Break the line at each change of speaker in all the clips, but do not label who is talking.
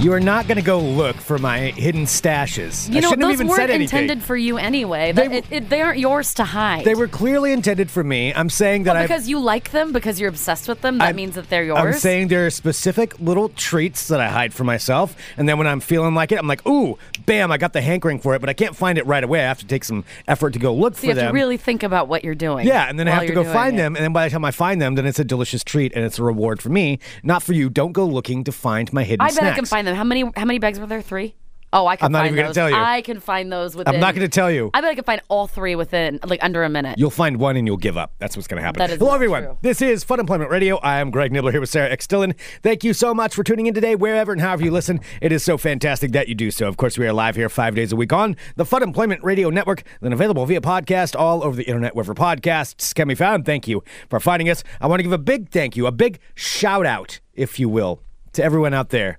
You are not going to go look for my hidden stashes.
You
I
know,
shouldn't have
those
even
weren't
said anything.
intended for you anyway.
They
They, it, it, they aren't yours to hide.
They were clearly intended for me. I'm saying that
Well,
I.
because you like them, because you're obsessed with them, that
I'm-
means that they're yours.
I'm saying there are specific little treats that I hide for myself, and then when I'm feeling like it, I'm like, "Ooh, bam! I got the hankering for it," but I can't find it right away. I have to take some effort to go look
so
for
you have
them.
to really think about what you're doing.
yeah, and then I
while
have to
you're
go
doing
find
it.
them, and then by the time I find them, then it's a delicious treat and it's a reward for me, not for you. Don't go looking to find my hidden
I bet I can
snacks.
find them. How many? How many bags were there? Three. Oh, I can.
I'm not
find
even gonna
those.
tell you.
I can find those within.
I'm not going to tell you.
I bet I can find all three within like under a minute.
You'll find one and you'll give up. That's what's going to happen.
That is
Hello,
not
everyone.
true.
This is Fun Employment Radio. I am Greg Nibbler here with Sarah X. Dillon. Thank you so much for tuning in today, wherever and however you listen. It is so fantastic that you do so. Of course, we are live here five days a week on the Fun Employment Radio Network, then available via podcast all over the internet, wherever podcasts can be found. Thank you for finding us. I want to give a big thank you, a big shout out, if you will, to everyone out there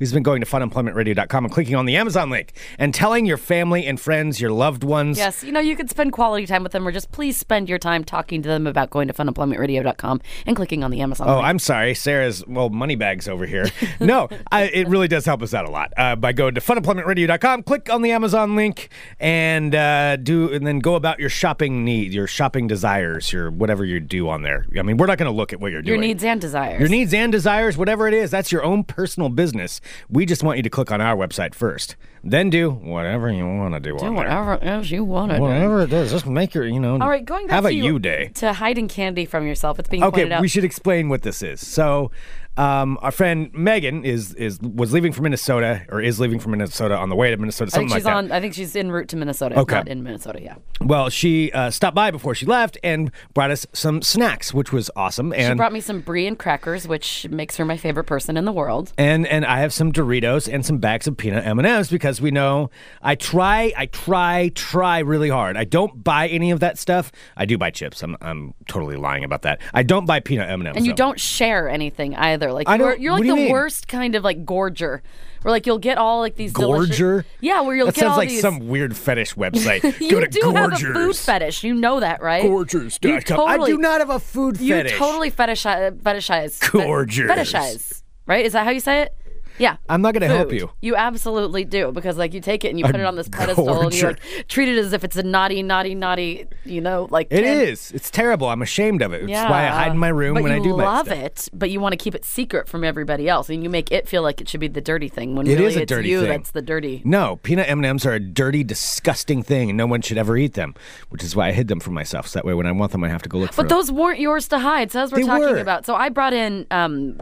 who's been going to funemploymentradio.com and clicking on the Amazon link and telling your family and friends, your loved ones.
Yes, you know, you could spend quality time with them, or just please spend your time talking to them about going to funemploymentradio.com and clicking on the Amazon.
Oh,
link.
I'm sorry. Sarah's, well, money bags over here. No, I, it really does help us out a lot uh, by going to funemploymentradio.com, click on the Amazon link, and uh, do, and then go about your shopping need, your shopping desires, your whatever you do on there. I mean, we're not going to look at what you're
your
doing.
needs and desires.
your needs and desires, whatever it is, that's your own personal business. We just want you to click on our website first. Then do whatever you want to do,
Do
on
whatever else you want to
there.
do.
Whatever it is, just make your, you know,
All right, going back
have
to
a
you,
you day.
to hiding candy from yourself. It's being pointed
Okay,
out.
we should explain what this is. So, um, our friend Megan is is was leaving for Minnesota, or is leaving for Minnesota on the way to Minnesota,
I think
something
she's
like that.
on. I think she's en route to Minnesota. if
Okay.
not in Minnesota, yeah.
Well, she uh, stopped by before she left and brought us some snacks, which was awesome. And
She brought me some brie and crackers, which makes her my favorite person in the world.
and and I have some Doritos and some bags of peanut M and M's because we know I try I try try really hard. I don't buy any of that stuff. I do buy chips. I'm I'm totally lying about that. I don't buy peanut M and M's.
And you don't share anything either. Like
I
you're,
don't-
you're
what
like
do you
the
mean?
worst kind of like gorger, where like you'll get all like these delicious-
Gorger?
yeah, where you'll
That
get
sounds
all
like
these.
some weird fetish website.
you
Go to
do
Gorgers.
have a food fetish. You know that, right?
Gorgers.
You
I
totally-
do not have a food
You
fetish.
totally fetishize. Fetishize. fe-
Gorgers.
Fetishize. Right? Is that how you say it? Yeah.
I'm not gonna help
Food.
you.
You absolutely do because like you take it and you put it on this pedestal and you
gorger.
like treat it as if it's a naughty, naughty, naughty. You know, like
It
candy.
is. It's terrible. I'm ashamed of it. It's why I hide in my room
but
when I
you
do my
love
stuff.
it, but you want to keep it secret from everybody else, and you make it feel like it should be the dirty thing. When
It
really
is a
it's
dirty
you
thing.
that's the dirty.
No, peanut M&Ms are a dirty, disgusting thing, and no one should ever eat them, which is why I hid them for myself. So that way, when I want them, I have to go look for
But
them.
those weren't yours to hide. So as we're
They
talking
were.
about, so I brought in. Um,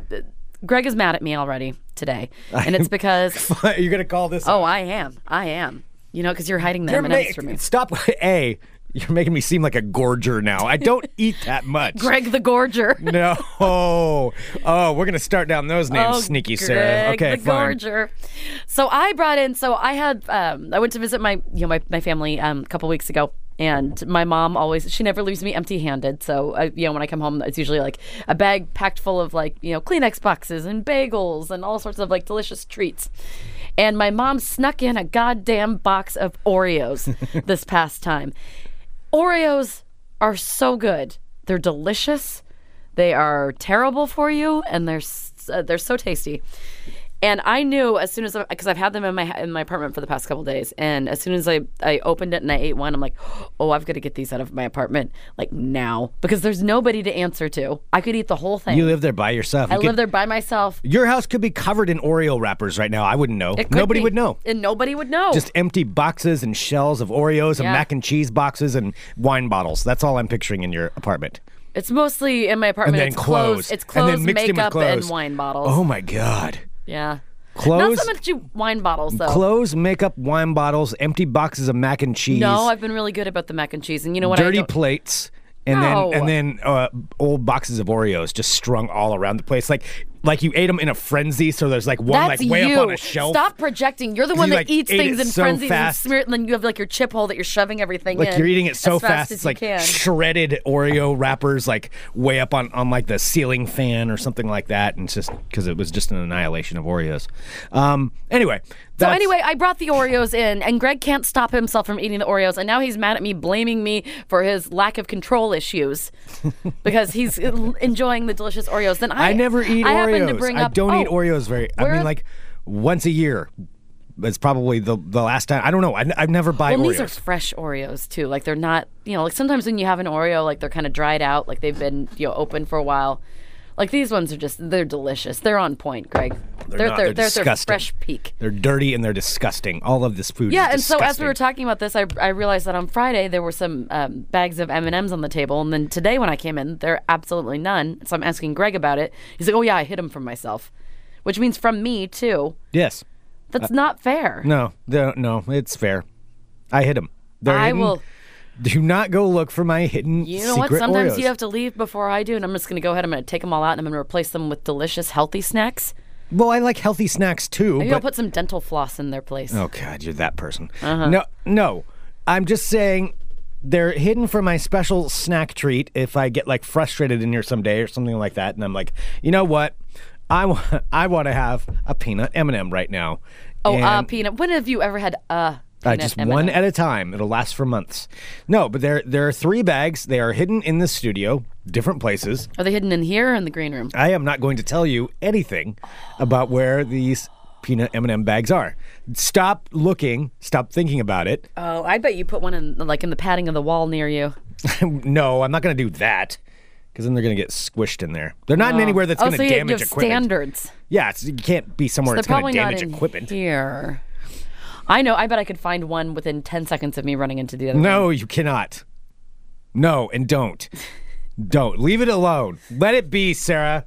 Greg is mad at me already today, and it's because
You're gonna call this?
oh, I am, I am. You know, because you're hiding the
You're
M&Ms
ma-
from me.
stop. A, you're making me seem like a gorger now. I don't eat that much.
Greg the Gorger.
No. Oh, we're gonna start down those names,
Oh,
sneaky
Greg
Sarah. Okay,
the
fine.
Gorger. So I brought in. So I had. Um, I went to visit my you know my my family um, a couple weeks ago. And my mom always, she never leaves me empty handed. So, I, you know, when I come home, it's usually like a bag packed full of like, you know, Kleenex boxes and bagels and all sorts of like delicious treats. And my mom snuck in a goddamn box of Oreos this past time. Oreos are so good. They're delicious. They are terrible for you, and they're s- uh, they're so tasty. And I knew as soon as because I've had them in my in my apartment for the past couple days, and as soon as I I opened it and I ate one, I'm like, oh, I've got to get these out of my apartment like now because there's nobody to answer to. I could eat the whole thing.
You live there by yourself.
I
You could-
live there by myself.
Your house could be covered in Oreo wrappers right now. I wouldn't know.
It could
Nobody
be.
would know.
and nobody would know.
Just empty boxes and shells of Oreos and
Yeah.
mac and cheese boxes and wine bottles. That's all I'm picturing in your apartment.
it's mostly in my apartment.
then
it's clothes.
clothes.
It's
And
clothes,
then mixed in with
makeup,
clothes.
and wine bottles.
Oh my God.
yeah.
Clothes,
Not so much you wine bottles though.
clothes, makeup, wine bottles, empty boxes of mac and cheese,
No, I've been really good about the mac and cheese, and you know what? I
dirty
don't-
plates, and
No.
then and then uh, old boxes of Oreos just strung all around the place. Like like you ate them in a frenzy. So there's like one
That's
like way
you.
up on a shelf.
Stop projecting. You're the one
You,
that
like,
eats
ate
things
it
in
so
frenzies and
fast.
smear it, and then you have like your chip hole that you're shoving everything
Like
in.
you're eating it so
as fast,
it's
as
like
you can.
shredded Oreo wrappers, like way up on on like the ceiling fan or something like that, and it's just because it was just an annihilation of Oreos. Um, anyway,
So
that's-
anyway, I brought the Oreos in, and Greg can't stop himself from eating the Oreos, and now he's mad at me, blaming me for his lack of control issues because he's l- enjoying the delicious Oreos. Then I,
I never eat
I happened
Oreos.
to bring
I
up,
don't eat
oh,
Oreos very. I
where
mean,
are-
like once a year. It's probably the the last time. I don't know. I, I never buy
Well, and
Oreos.
these are fresh Oreos too. Like they're not, you know, like sometimes when you have an Oreo, like they're kind of dried out, like they've been you know open for a while. Like these ones are just they're delicious. They're on point, Greg. They're
not. They're
they're, they're, their
disgusting.
fresh peak.
They're dirty and they're disgusting. All of this food.
Yeah,
is
and so as we were
disgusting.
talking about this, I, I realized that on Friday there were some um, bags of M and M's on the table, and then today when I came in, there are absolutely none. So I'm asking Greg about it. He's like, "Oh yeah, I hid them from myself," which means from me too.
Yes.
That's not fair.
Uh, No. No. No. It's fair. I hit them. They're
I
hidden.
will.
Do not go look for my hidden.
You know what?
secret
Sometimes
Oreos.
you have to leave before I do, and I'm just going to go ahead. I'm going to take them all out, and I'm going to replace them with delicious, healthy snacks.
Well, I like healthy snacks too.
Maybe
but
I'll put some dental floss in their place.
Oh God, you're that person.
Uh-huh.
No, no. I'm just saying they're hidden for my special snack treat. If I get like frustrated in here someday or something like that, and I'm like, you know what? I want I want to have a peanut M&M right now.
Oh, uh,
And-
peanut. When have you ever had uh,
Uh,
peanut?
just
M&M?
one at a time. It'll last for months. No, but there there are three bags. They are hidden in the studio, different places.
Are they hidden in here or in the green room?
I am not going to tell you anything about where these peanut M&M bags are. Stop looking. Stop thinking about it.
Oh, I bet you put one in like in the padding of the wall near you.
no, I'm not going to do that because then they're going to get squished in there. They're not in anywhere that's
oh,
going
so
to
you, you
damage
have
equipment.
standards.
Yeah, it's, you can't be somewhere
They're
that's going
probably
to
not
damage
in
equipment.
here. I know. I bet I could find one within ten seconds of me running into the other. one.
No, you cannot. No, and don't. Don't. Leave it alone. Let it be, Sarah.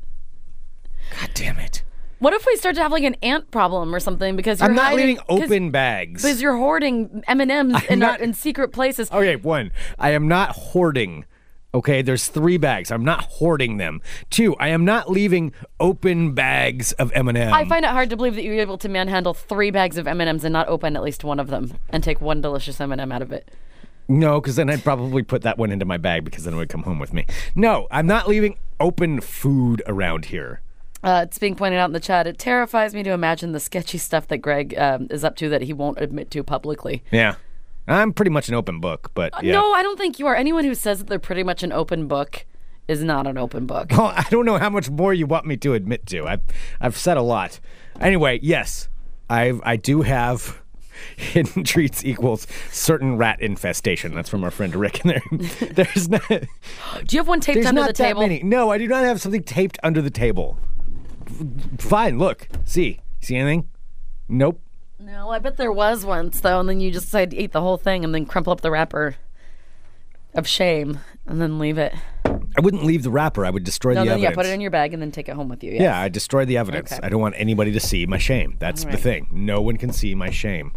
God damn it.
What if we start to have like an ant problem or something? Because you're
I'm not
hiding-
leaving
'cause-
open bags.
Because you're hoarding M and M's in our,
not- Oh,
in secret places.
Okay, one, I am not hoarding. Okay, there's three bags. I'm not hoarding them. Two, I am not leaving open bags of M&M.
I find it hard to believe that you're able to manhandle three bags of M and M's and not open at least one of them and take one delicious M and m out of it.
No, because then I'd probably put that one into my bag because then it would come home with me. No, I'm not leaving open food around here.
Uh, it's being pointed out in the chat. It terrifies me to imagine the sketchy stuff that Greg um, is up to that he won't admit to publicly.
Yeah. I'm pretty much an open book, but yeah.
No, I don't think you are. Anyone who says that they're pretty much an open book is not an open book.
Oh, I don't know how much more you want me to admit to. I've, I've said a lot. Anyway, yes, I I do have hidden treats equals certain rat infestation. That's from our friend Rick. And there, there's not, there's
Do you have one taped under
not
the
that
table?
many. No, I do not have something taped under the table. F- Fine, look, see, see anything? Nope.
No, I bet there was once though, and then you just decided to eat the whole thing and then crumple up the wrapper of shame and then leave it.
I wouldn't leave the wrapper. I would destroy
No,
the
then
evidence.
yeah, put it in your bag and then take it home with you. Yeah.
Yeah, I destroyed the evidence.
Okay.
I don't want anybody to see my shame. That's the thing. No one can see my shame.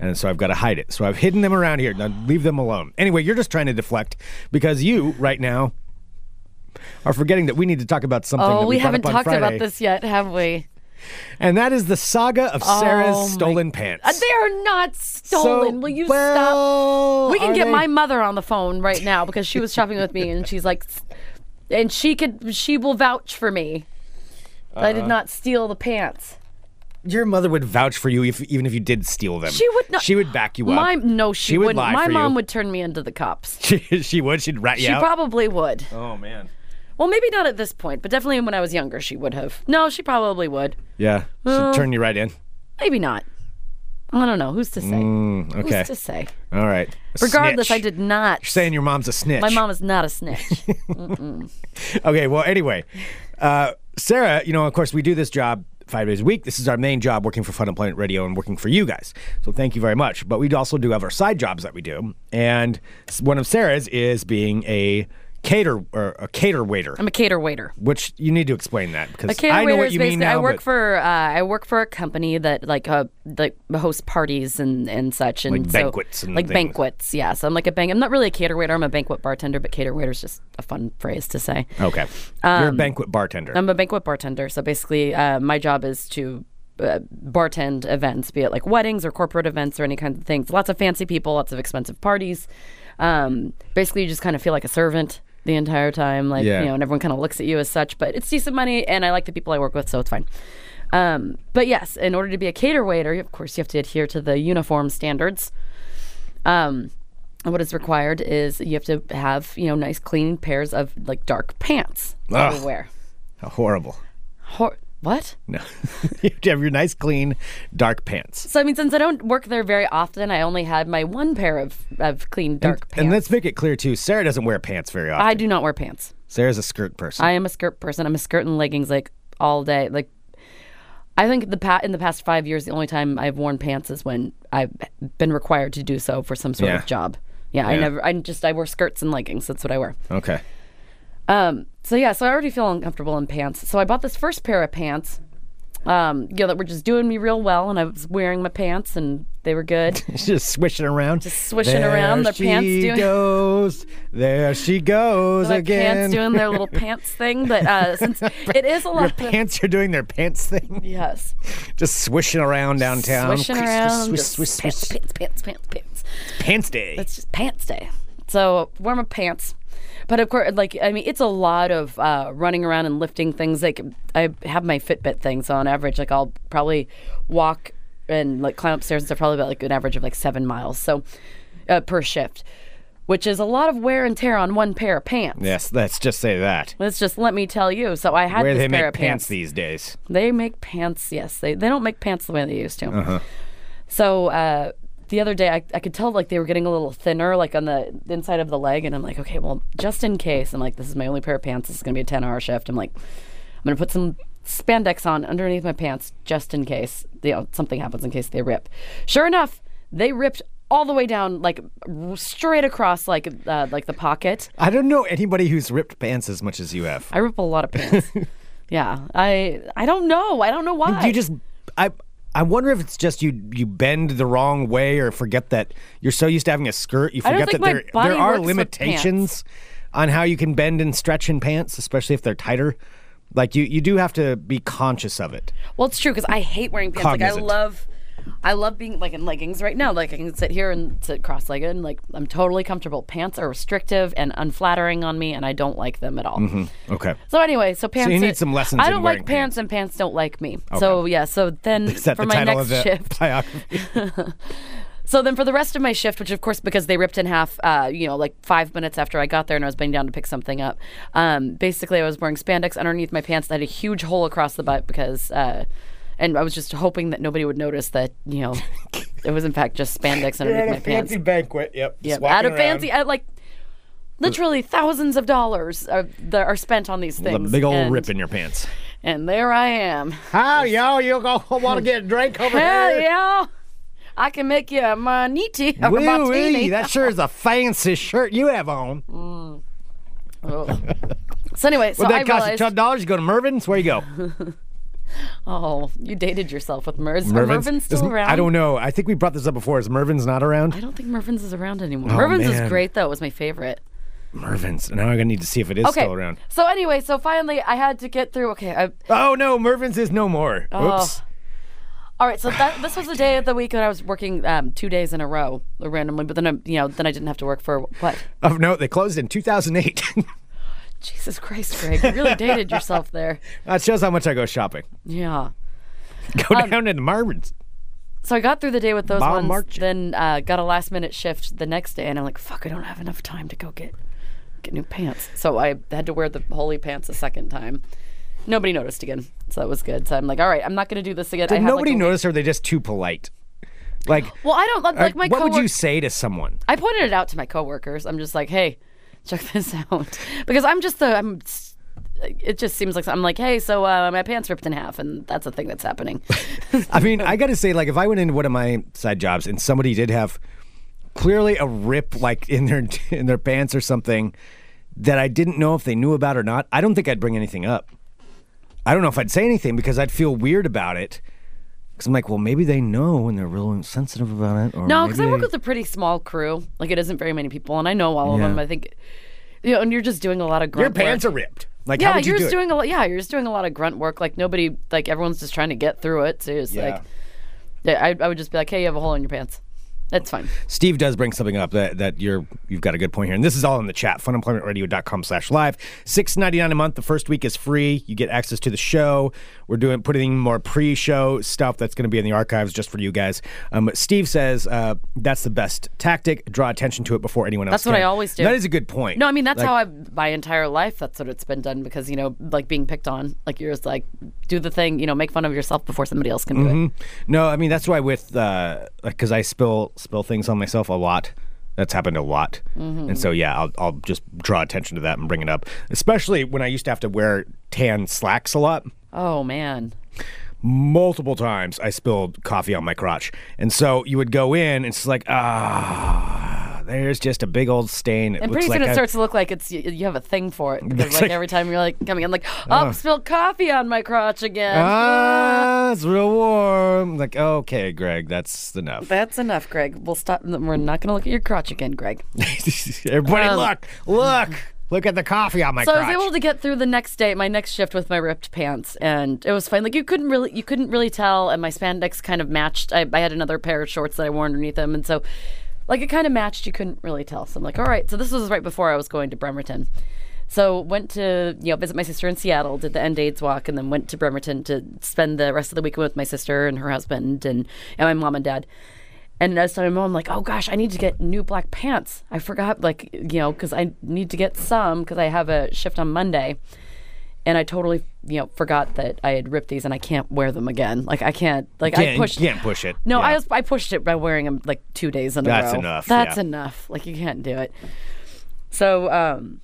And so I've got to hide it. So I've hidden them around here. Now leave them alone. Anyway, you're just trying to deflect because you, right now, are forgetting that we need to talk about something
Oh,
that we,
we
brought
haven't
up on
talked
Friday,
about this yet, have we?
And that is the saga of
Oh, my-
Sarah's stolen pants.
Uh, They are not stolen.
So-
Will you
well,
stop? We can
are
get
they-
my mother on the phone right now because she was shopping with me and she's like, and she could, she will vouch for me. that
Uh,
I did not steal the pants.
Your mother would vouch for you if, even if you did steal them.
She would not.
She would back you up.
My no, she,
would
wouldn't.
lie
my
for
mom
you.
would turn me into the cops.
She, she would. She'd rat you
She
out.
probably would.
oh man.
Well, maybe not at this point, but definitely when I was younger, she would have. No, she probably would.
Yeah. She'd
Uh,
turn you right in.
Maybe not. I don't know. Who's to say? Who's
Mm, Okay.
to say?
All right. A
Regardless, I
snitch.
did not.
saying your mom's a snitch.
my mom is not a snitch.
Okay, well, anyway, uh, Sarah, you know, of course, we do this job five days a week. This is our main job working for Fun Employment Radio and working for you guys. So thank you very much. But we also do have our side jobs that we do. And s- one of Sarah's is being a cater or a cater waiter,
I'm a cater waiter.
which you need to explain that because
Um, A cater
I know
waiter
what
is
you mean
basically-
now.
I work
but
for uh, I work for a company that like uh, like hosts parties and and such and
Like
so,
banquets and
like
things.
banquets. Yeah, so I'm like a bank. I'm not really a cater waiter. I'm a banquet bartender, but cater waiter is just a fun phrase to say.
okay, you're
um,
a banquet bartender.
I'm a banquet bartender, so basically, uh, my job is to uh, bartend events, be it like weddings or corporate events or any kind of things. Lots of fancy people, lots of expensive parties. Um, basically, you just kind of feel like a servant the entire time, like
Yeah.
you know, and everyone kind of looks at you as such. But it's decent money, and I like the people I work with, so it's fine. Um, but yes, in order to be a cater waiter, of course, you have to adhere to the uniform standards. Um, and what is required is you have to have you know nice, clean pairs of like dark pants
Ugh.
to wear.
Horrible.
Hor- what?
No, you have to have your nice, clean, dark pants.
So I mean, since I don't work there very often, I only had my one pair of, of clean dark pants.
And let's make it clear too. Sarah doesn't wear pants very often.
I do not wear pants.
Sarah's a skirt person.
I am a skirt person. I'm a skirt and leggings like all day. Like I think the pa- in the past five years, the only time I've worn pants is when I've been required to do so for some sort
Yeah.
of job. Yeah, I
Yeah.
never. I just I wear skirts and leggings. That's what I wear.
okay.
Um, so yeah, so I already feel uncomfortable in pants. So I bought this first pair of pants. Um, you know that were just doing me real well, and I was wearing my pants, and they were good.
She's just swishing around.
Just swishing around,
There
their pants
she
doing-
goes. There she goes
my
again.
pants doing their little pants thing, but uh, since it is a
Your
lot of
pants are doing their pants thing.
yes,
Just swishing around downtown.
swishing
Swish,
around,
Swish,
just
swish, swish,
pants,
swish.
pants, pants, pants, pants.
Pants day.
It's just pants day, so wear my pants. But of course, like I mean, it's a lot of uh, running around and lifting things. Like I have my Fitbit thing, so on average, like I'll probably walk and like climb upstairs and stuff, probably about like an average of like seven miles, so uh, per shift, which is a lot of wear and tear on one pair of pants.
Yes, let's just say that.
Let's just let me tell you. So I had
Where
this
they
pair
make
of
pants. these days.
They make pants, yes. They they don't make pants the way they used to. So uh, the other day, I, I could tell like they were getting a little thinner, like on the inside of the leg, and I'm like, okay, well, just in case, I'm like, this is my only pair of pants. This is gonna be a ten hour shift. I'm like, I'm gonna put some spandex on underneath my pants just in case you know something happens in case they rip. Sure enough, they ripped all the way down, like r- straight across, like uh, like the pocket.
I don't know anybody who's ripped pants as much as you have.
I rip a lot of pants. yeah, I I don't know. I don't know why.
you just I I wonder if it's just you you bend the wrong way or forget that you're so used to having a skirt you
I don't
forget that
think my
there
body
there are
works with
limitations on how you can bend and stretch in pants, especially if they're tighter. Like you you do have to be conscious of it.
Well, it's true because I hate wearing pants.
Cognizant.
Like I love, I love being like in leggings right now. Like I can sit here and sit cross-legged, and like I'm totally comfortable. Pants are restrictive and unflattering on me, and I don't like them at all.
Okay.
So anyway, so pants.
Mm-hmm. you need
are-
some lessons
I
in
don't
wearing
like pants, and pants don't like me. So yeah. So then
Is that
for
the
my
title
next
of the
shift,
biography?
so then for the rest of my shift, which of course because they ripped in half, uh, you know, like five minutes after I got there and I was bending down to pick something up. Um, basically, I was wearing spandex underneath my pants that had a huge hole across the butt because, uh, and I was just hoping that nobody would notice that you know it was in fact just spandex underneath my pants.
banquet. Yep.
Yeah, at a fancy, at like literally thousands of dollars are, that are spent on these
The
things.
big old
and,
rip in your pants.
And there I am.
Hi, yo, you go want to get a drink over
Hell yeah! I can make you a maniti, a
Wee-wee,
martini.
that sure is a fancy shirt you have on.
Oh. so anyway, so
Would
I
that cost you
realized.
twelve dollars? You go to Mervin's. Where you go?
oh, you dated yourself with Merv. Is Mervin's, still
Isn't-
around?
I don't know. I think we brought this up before. Is Mervin's not
I
around?
don't think Mervin's is around anymore. Mervin's
Oh, man.
is great though. It was my favorite.
Mervin's. Now I'm gonna need to see if it is
Okay.
still around.
So anyway, so finally I had to get through. Okay. I,
Oh no, Mervin's is no more.
Oh.
Oops.
all right. So that, this was the day of the week that I was working um, two days in a row randomly, but then I, you know, then I didn't have to work for what?
Oh no, they closed in 2008.
Jesus Christ, Greg, you really dated yourself there.
that shows how much I go shopping.
Yeah.
Go
Um,
down to Mervin's.
So I got through the day with those
Bomb
ones,
marching.
then uh, got a last minute shift the next day, and I'm like, fuck, I don't have enough time to go get get new pants. So I had to wear the holy pants a second time. Nobody noticed again, so that was good. So I'm like, all right, I'm not gonna do this again. I
Did
have, like,
nobody
a-
notice? Or are they just too polite? Like,
Well, I don't like my.
Uh, what would
cowork-
you say to someone?
I pointed it out to my coworkers. I'm just like, hey, check this out, because I'm just the I'm. s- It just seems like I'm like, hey, so uh, my pants ripped in half, and that's a thing that's happening.
I mean, I got to say, like, if I went into one of my side jobs and somebody did have clearly a rip, like in their in their pants or something, that I didn't know if they knew about or not, I don't think I'd bring anything up. I don't know if I'd say anything because I'd feel weird about it. Because I'm like, well, maybe they know and they're real insensitive about it. Or
No, because I
maybe
work
they-
with a pretty small crew. Like it isn't very many people, and I know all of
Yeah.
them. I think, you know, and you're just doing a lot of
your
grunt
pants are
work.
ripped. Like, how
Yeah,
would you
you're
do
just
it?
doing a lot. Yeah, you're just doing a lot of grunt work. Like nobody, like everyone's just trying to get through it. So it's
Yeah.
like, yeah, I, I would just be like, hey, you have a hole in your pants. That's fine.
Steve does bring something up that, that you're you've got a good point here. And this is all in the chat. Funemploymentradio.com slash live. Six ninety nine a month. The first week is free. You get access to the show. We're doing putting more pre show stuff that's gonna be in the archives just for you guys. Um, but Steve says uh, that's the best tactic. Draw attention to it before anyone else
That's what
can.
I always do.
That is a good point.
No, I mean that's
Like-
how I my entire life. That's what it's been done because you know, like being picked on. Like you're just like, do the thing. You know, make fun of yourself before somebody else can
Mm-hmm.
do it.
No, I mean that's why with uh, like because I spill spill things on myself a lot. That's happened a lot,
Mm-hmm.
and so yeah, I'll I'll just draw attention to that and bring it up, especially when I used to have to wear tan slacks a lot.
Oh man.
Multiple times I spilled coffee on my crotch, and so you would go in, and it's like ah, there's just a big old stain. It
And
looks
pretty soon
like
it
I-
starts to look like it's you, you have a thing for it because
It's
like,
like-
every time you're like coming in like oh, spilled coffee on my crotch again.
Ah, it's real warm. Like okay, Greg, that's enough.
That's enough, Greg. We'll stop. We're not going to look at your crotch again, Greg.
Everybody,
Um,
look, look, look at the coffee on my
So I
crotch.
was able to get through the next day, my next shift with my ripped pants, and it was fine. Like you couldn't really, you couldn't really tell, and my spandex kind of matched. I, I had another pair of shorts that I wore underneath them, and so, like it kind of matched. You couldn't really tell. So I'm like, all right. So this was right before I was going to Bremerton. So went to you know visit my sister in Seattle, did the End AIDS walk, and then went to Bremerton to spend the rest of the weekend with my sister and her husband and and my mom and dad. And I was telling my mom, like, oh gosh, I need to get new black pants. I forgot, like, you know, because I need to get some because I have a shift on Monday. And I totally, you know, forgot that I had ripped these and I can't wear them again. Like, I can't, like,
can't,
I pushed.
you can't push it.
No,
Yeah.
I was, I pushed it by wearing them like two days in a
That's
row.
enough,
That's
yeah.
enough. Like, you can't do it. So, um,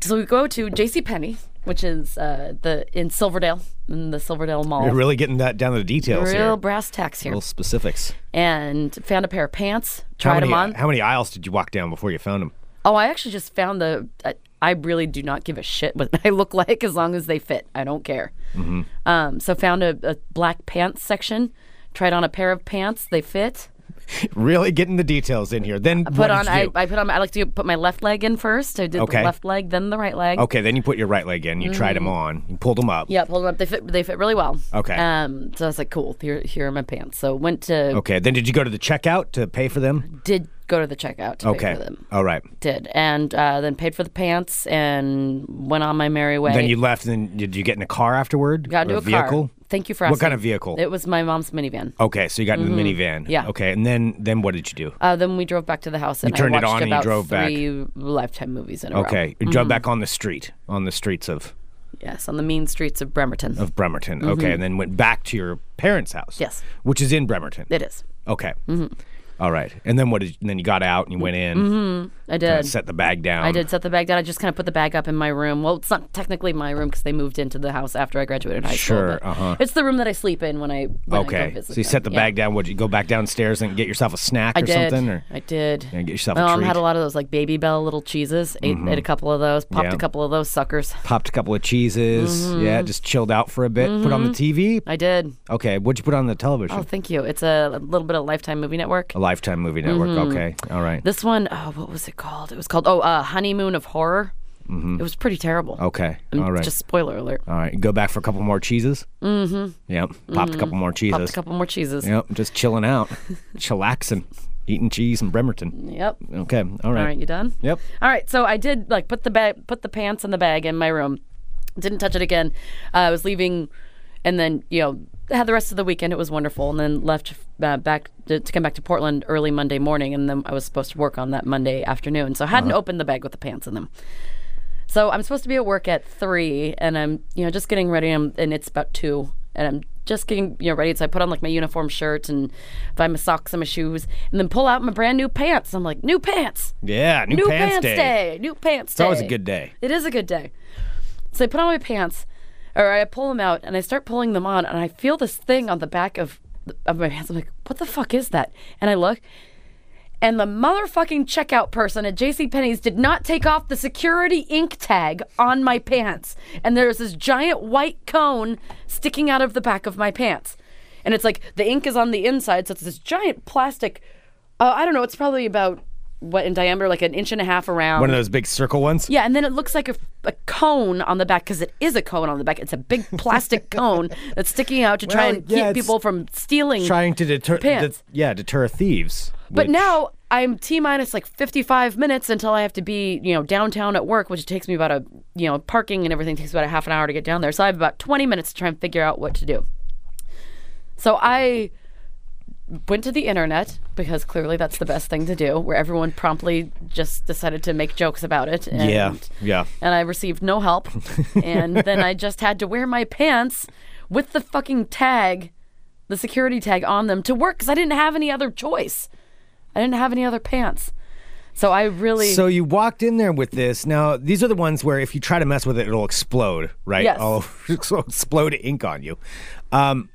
so we go to J.C. Penney, which is uh, the in Silverdale, in the Silverdale Mall.
You're really getting that down to the details
Real
here.
brass tacks here
Little specifics.
and found a pair of pants,
How
tried
many, uh,
them on.
how many aisles did you walk down before you found them?
oh, I actually just found the. I, I really do not give a shit what I look like as long as they fit. I don't care.
Mm-hmm.
Um, so found a, a black pants section, tried on a pair of pants. They fit.
Really getting the details in here. Then
Put on. I, I put on. I like to put my left leg in first. I did
Okay.
the left leg, then the right leg.
okay, then you put your right leg in. You tried them on. You pulled them up.
Mm-hmm. Yeah, pulled them up. They fit. They fit really well.
Okay.
Um. So I was like, cool. Here, here are my pants. So went to.
Okay. Then did you go to the checkout to pay for them?
Did go to the checkout. To
Okay.
Pay for them.
All right.
Did and uh, then paid for the pants and went on my merry way.
Then you left. And then did you get in a car afterward?
Got into
Or
a
vehicle?
car. Thank you for
What
asking.
kind of vehicle?
It was my mom's minivan.
Okay, so you got in the minivan.
Mm-hmm. Yeah.
Okay, and then then what did you do?
Uh, then we drove back to the house and
turned it
I watched
on and you
about
drove back.
three Lifetime movies in a row.
okay, you drove back on the street, on the streets of
Yes, on the mean streets of Bremerton.
of Bremerton. Okay, and then went back to your parents' house.
Mm-hmm. Yes. Mm-hmm.
which is in Bremerton.
it is.
Okay. All right. And then what did? And then you got out and you went in,
I
uh,
Mm-hmm. did.
set the bag down.
I did set the bag down. I just kind of put the bag up in my room. Well, it's not technically my room because they moved into the house after I graduated high
Sure,
school. but
uh-huh.
It's the room that I sleep in when I when I go
Okay.
visit
So you set the
them. Yeah.
bag down. Would you go back downstairs and get yourself a snack
I
or
did.
something? Or
I did.
Yeah, get yourself a
My mom
treat.
had
Mm-hmm.
a lot of those like Baby Bell little cheeses. Ate, ate a couple of those. Popped
Yeah.
a couple of those suckers.
popped a couple of cheeses.
Mm-hmm.
Yeah, just chilled out for a bit. Put on the TV.
I did.
Okay. What'd you put on the television?
Mm-hmm. Oh, thank you. It's a, a little bit of Lifetime Movie Network.
a Lifetime Movie Network.
Mm-hmm.
Okay. All right.
This one, oh, what was it called? It was called oh, uh, Honeymoon of Horror. It was pretty terrible.
okay.
Um,
Mm-hmm. Oh, All right. Uh,
Just spoiler alert.
All right. Go back for a couple more cheeses. Mm-hmm. Yep. Popped a couple more
Mm-hmm. Popped
cheeses.
a couple more cheeses.
Yep. Just chilling out, chillaxing, eating cheese in Bremerton.
Yep.
Okay. All right.
All right, you done?
Yep.
All right, so I did like put the bag, put the pants in the bag in my room. Didn't touch it again. Uh, I was leaving, and then you know had the rest of the weekend. It was wonderful, and then left uh, back to, to come back to Portland early Monday morning, and then I was supposed to work on that Monday afternoon. So I hadn't opened the bag with the pants in them. So I'm supposed to be at work at three, and I'm you know just getting ready, and, and it's about two, and I'm just getting you know ready. So I put on like my uniform shirt and buy my socks and my shoes, and then pull out my brand new pants. I'm like, new pants.
Yeah. New,
New
pants,
pants, day. New pants
It's always a good day.
It is a good day. So I put on my pants, or I pull them out, and I start pulling them on, and I feel this thing on the back of of my pants. I'm like, what the fuck is that? And I look, and the motherfucking checkout person at JCPenney's did not take off the security ink tag on my pants. And there's this giant white cone sticking out of the back of my pants. And it's like the ink is on the inside, so it's this giant plastic. Uh, I don't know, it's probably about what in diameter, like an inch and a half around.
One of those big circle ones.
Yeah, and then it looks like a, a cone on the back because it is a cone on the back. It's a big plastic cone that's sticking out to try
Well,
and
yeah, it's
keep people from stealing.
Trying to deter,
Pants.
det- yeah, deter thieves.
but
which-
now I'm T minus like 55 minutes until I have to be, you know, downtown at work, which takes me about a, you know, parking and everything takes about a half an hour to get down there. So I have about 20 minutes to try and figure out what to do. So I went to the internet because clearly that's the best thing to do, where everyone promptly just decided to make jokes about it. And
yeah, yeah.
and I received no help. and then I just had to wear my pants with the fucking tag, the security tag on them to work because I didn't have any other choice. I didn't have any other pants. So I really.
So you walked in there with this. Now these are the ones where if you try to mess with it, it'll explode, right?
Yes.
All it'll explode ink on you. Um,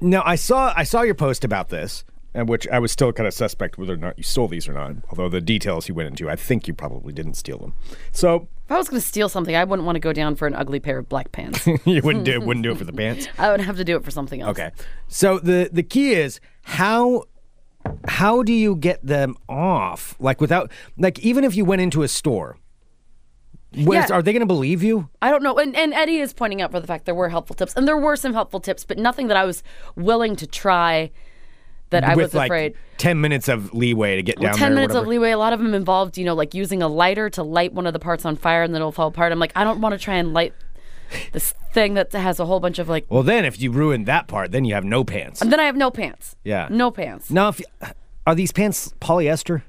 now I saw I saw your post about this, and which I was still kind of suspect whether or not you stole these or not. Although the details you went into, I think you probably didn't steal them. So
if I was going to steal something, I wouldn't want to go down for an ugly pair of black pants.
you wouldn't do wouldn't do it for the pants.
I would have to do it for something else.
Okay. So the the key is how how do you get them off? Like without like even if you went into a store, where's-
Yeah.
are they going to believe you?
I don't know. And, and Eddie is pointing out for the fact there were helpful tips, and there were some helpful tips, but nothing that I was willing to try. That I
with
was
like
afraid.
ten minutes of leeway to get down there.
ten
or
minutes of
whatever.
leeway. A lot of them involved, you know, like using a lighter to light one of the parts on fire and then it'll fall apart. I'm like, I don't want to try and light this thing that has a whole bunch of like.
Well, then if you ruin that part, then you have no pants.
Then I have no pants.
Yeah.
no pants.
Now, if are these pants polyester?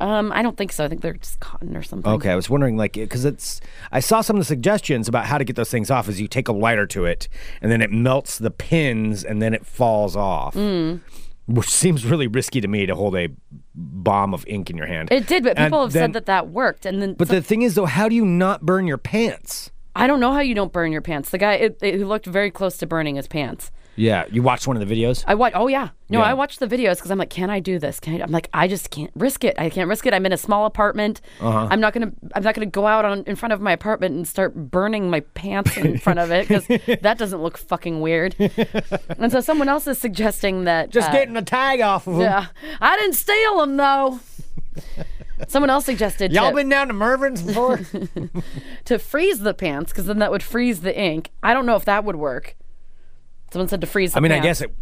Um, I don't think so. I think they're just cotton or something.
Okay, I was wondering, like, because it's I saw some of the suggestions about how to get those things off. Is you take a lighter to it, and then it melts the pins, and then it falls off.
Mm.
Which seems really risky to me to hold a bomb of ink in your hand.
It did, but
And
people have
then-
said that that worked. And then,
But
so-
the thing is, though, how do you not burn your pants?
I don't know how you don't burn your pants. The guy it, it, who looked very close to burning his pants.
Yeah, you watched one of the videos.
I watch. Oh yeah, no,
Yeah.
I watched the videos because I'm like, can I do this? Can I? I'm like, I just can't risk it. I can't risk it. I'm in a small apartment.
Uh-huh.
I'm not gonna. I'm not gonna go out on in front of my apartment and start burning my pants in front of it because that doesn't look fucking weird. and so someone else is suggesting that
Just
uh,
getting a tag off of them.
yeah, I didn't steal them though. Someone else suggested
Y'all
to,
been down to Mervin's before?
to freeze the pants because then that would freeze the ink. I don't know if that would work. Someone said to freeze. The
I mean, I
pants.
guess it.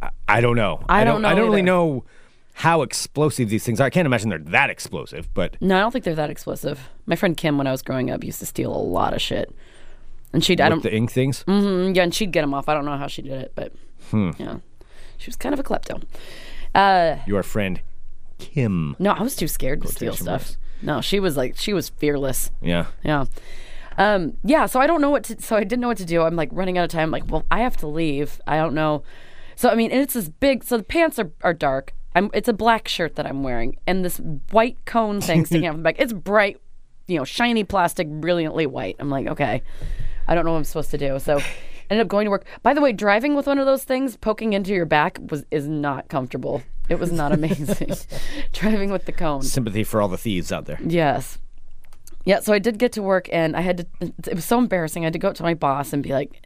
I, I don't know.
I don't
I
know
don't really
either.
know how explosive these things are. I can't imagine they're that explosive, but
No, Mm. I don't think they're that explosive. My friend Kim, when I was growing up, used to steal a lot of shit, and she'd I
with
don't Mm.
the ink things.
yeah, and she'd get them off. I don't know how she did it, but
Hmm.
yeah, she was kind of a klepto. Uh,
Your friend Kim.
no, I was too scared to steal
Quotation
stuff.
marks.
No, she was like she was fearless.
Yeah.
Yeah. Um, yeah, so I don't know what to so I didn't know what to do. I'm like running out of time. like, well, I have to leave. I don't know. So I mean, and it's this big so the pants are, are dark. I'm it's a black shirt that I'm wearing and this white cone thing sticking out from the back. It's bright, you know, shiny plastic, brilliantly white. I'm like, okay. I don't know what I'm supposed to do. So I ended up going to work. By the way, driving with one of those things poking into your back was is not comfortable. It was not amazing. driving with the cone.
Sympathy for all the thieves out there.
Yes. Yeah, so I did get to work and I had to it was so embarrassing. I had to go up to my boss and be like,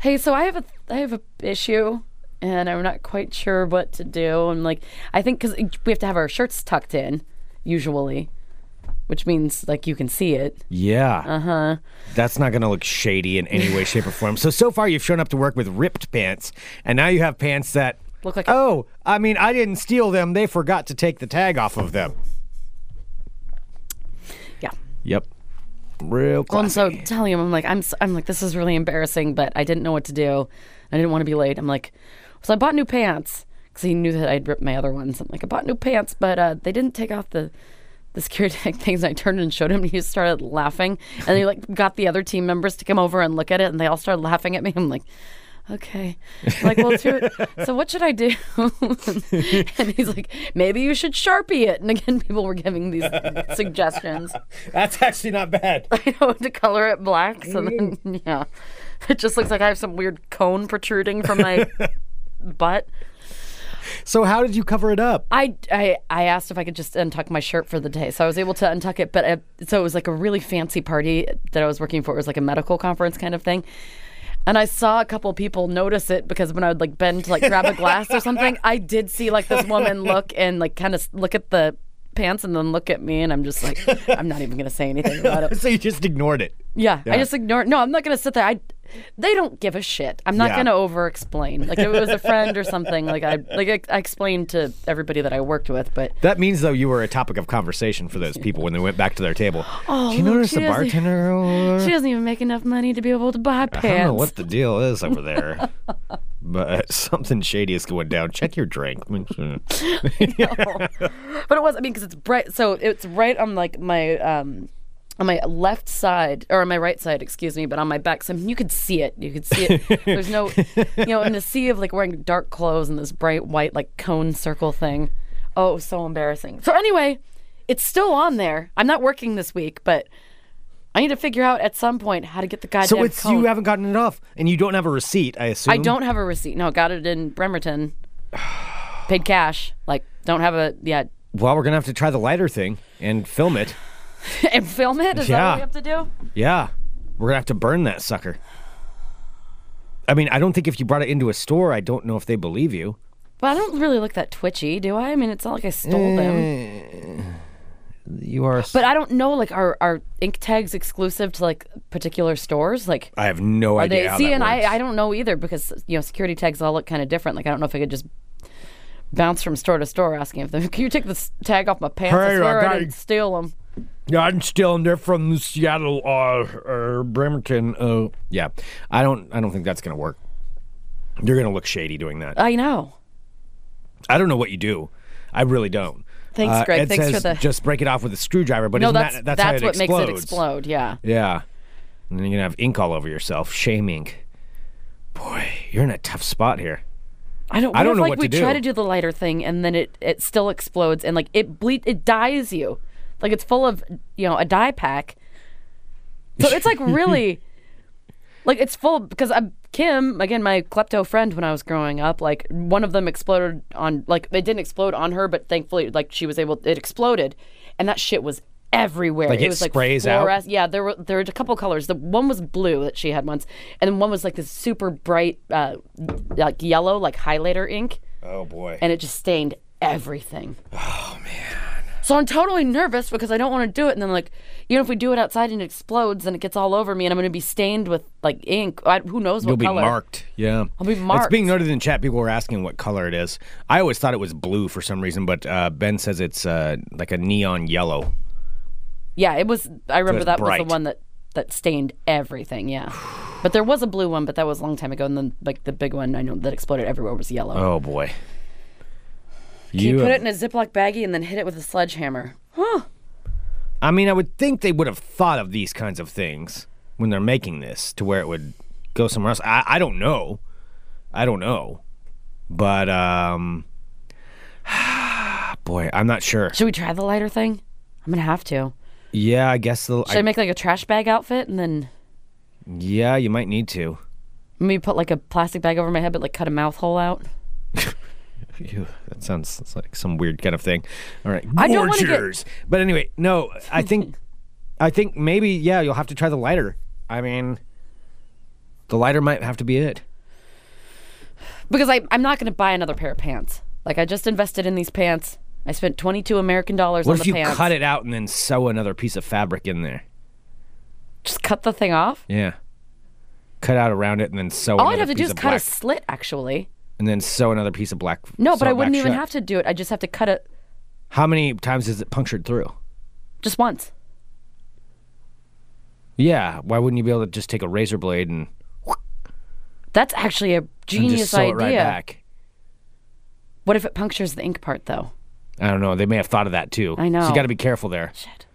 "Hey, so I have a I have a issue and I'm not quite sure what to do." I'm like, "I think cuz we have to have our shirts tucked in usually, which means like you can see it."
Yeah. Uh huh.
Uh-huh.
That's not going to look shady in any way, shape, or form. So so far, you've shown up to work with ripped pants, and now you have pants that
Look like-
Oh, I mean, I didn't steal them. They forgot to take the tag off of them.
Yeah.
Yep. Real
Well, I'm
classy.
so telling him, I'm like, I'm, s- I'm like, this is really embarrassing, but I didn't know what to do. I didn't want to be late. I'm like, so I bought new pants because he knew that I'd ripped my other ones. I'm like, I bought new pants, but uh, they didn't take off the the security tag things. I turned and showed him, and he just started laughing. And he like got the other team members to come over and look at it, and they all started laughing at me. I'm like. Okay. I'm like, well, to so what should I do? and he's like, maybe you should sharpie it. And again, people were giving these suggestions.
That's actually not bad.
I know to color it black. So then, yeah, it just looks like I have some weird cone protruding from my butt.
So how did you cover it up?
I, I I asked if I could just untuck my shirt for the day, so I was able to untuck it. But uh so it was like a really fancy party that I was working for. It was like a medical conference kind of thing, and I saw a couple people notice it because when I would like bend to like grab a glass or something, I did see like this woman look and like kind of look at the pants and then look at me, and I'm just like, I'm not even gonna say anything about it.
So you just ignored it.
Yeah,
Yeah.
I just ignore. No, I'm not gonna sit there. I, they don't give a shit. I'm not
Yeah.
gonna over explain. Like if it was a friend or something. Like I like I, I explained to everybody that I worked with, but
That means though you were a topic of conversation for those people when they went back to their table. Oh, Do you
look,
notice
she
the
doesn't-
bartender?
she doesn't even make enough money to be able to buy pants.
Uh. I don't know what the deal is over there. But something shady is going down. Check your drink.
but it was. I mean, because it's bright. So it's right on like my um, on my left side or on my right side, excuse me, but on my back. So I mean, you could see it. You could see it. There's no, you know, in the sea of like wearing dark clothes and this bright white like cone circle thing. Oh, it was so embarrassing. So anyway, it's still on there. I'm not working this week, but. I need to figure out at some point how to get the goddamn
so it's
cone.
you haven't gotten it off, and you don't have a receipt. I assume.
I don't have a receipt. No, got it in Bremerton. Paid cash. Like, don't have a yeah.
Well, we're gonna have to try the lighter thing and film it.
and film it. Is
Yeah.
that what we have to do?
Yeah, we're gonna have to burn that sucker. I mean, I don't think if you brought it into a store, I don't know if they believe you.
But I don't really look that twitchy, do I? I mean, it's not like I stole them.
Eh, You are.
But I don't know. Like, are are ink tags exclusive to like particular stores? Like,
I have no
are
idea.
they?
how
See,
that
and
works.
I I don't know either because you know security tags all look kind of different. Like, I don't know if I could just bounce from store to store asking if they can you take this tag off my pants?
Hey, I
I swear I,
got-
didn't steal them.
Yeah, I'm still they're from the Seattle uh, or Bremerton. Uh, yeah, I don't. I don't think that's gonna work. You're gonna look shady doing that.
I know.
Uh, I don't know what you do. I really don't.
Thanks, Greg.
Ed
Thanks for
says
the-
just break it off with a screwdriver. But
No,
isn't
that's
that,
that's,
that's, how it
what makes it
explodes?
explode. Yeah.
Yeah, and then you're gonna have ink all over yourself. Shame ink. Boy, you're in a tough spot here.
I don't.
I don't
if,
know
like,
what
we
to
try
do.
to do the lighter thing, and then it it still explodes, and like it ble- it dyes you, like it's full of you know a dye pack. So it's like really, like it's full because i Kim again, my klepto friend when I was growing up. Like one of them exploded on like it didn't explode on her, but thankfully like she was able it exploded, and that shit was everywhere.
Like,
it
it
was
sprays
like
out?
fluores- Yeah, there were there were a couple colors. The one was blue that she had once, and then one was like this super bright uh, like yellow like highlighter ink
Oh boy.
and it just stained everything. Oh man. So I'm totally nervous because I don't want to do it, and then like, even if we do it outside and it explodes, and it gets all over me, and I'm going to be stained with like ink. I, who knows what
You'll be
color?
marked. Yeah.
I'll be
It's
marked.
being noted in chat. People were asking what color it is. I always thought it was blue for some reason, but uh, Ben says it's uh, like a neon yellow.
Yeah, it was. I remember
it's
that was
bright.
the one that that stained everything. Yeah, but there was a blue one, but that was a long time ago, and then like the big one I know that exploded everywhere was yellow.
Oh boy.
Can you put
have-
it in a Ziploc baggie and then hit it with a sledgehammer.
I mean, I would think they would have thought of these kinds of things when they're making this to where it would go somewhere else. I, I don't know. I don't know. But, um, boy, I'm not sure.
Should we try the lighter thing? I'm gonna have to.
Yeah, I guess the.
Should I,
I-
make like a trash bag outfit and then
yeah, you might need to.
maybe put like a plastic bag over my head, but like cut a mouth hole out?
Ew, that sounds that's like some weird kind of thing. All right,
I don't wanna get-
Gorgers. But anyway, no, I think, I think maybe yeah, you'll have to try the lighter. I mean, the lighter might have to be it.
because I, I'm not going to buy another pair of pants. Like I just invested in these pants. I spent 22 American dollars on
What
the
if you
pants.
cut it out and then sew another piece of fabric in there?
Just cut the thing off.
Yeah, cut out around it and then sew.
All I'd
another
have to do
piece
is
of
cut
black,
a slit, actually.
and then sew another piece of black.
No, but
sew
I
it
wouldn't
back
even
shut.
have to do it. I just have to cut it
How many times is it punctured through?
just once.
Yeah, why wouldn't you be able to just take a razor blade and,
That's actually a
and
genius
just sew
idea.
it right back?
What if it punctures the ink part, though?
I don't know. They may have thought of that too.
I
So
know.
you got to be careful there.
Shit.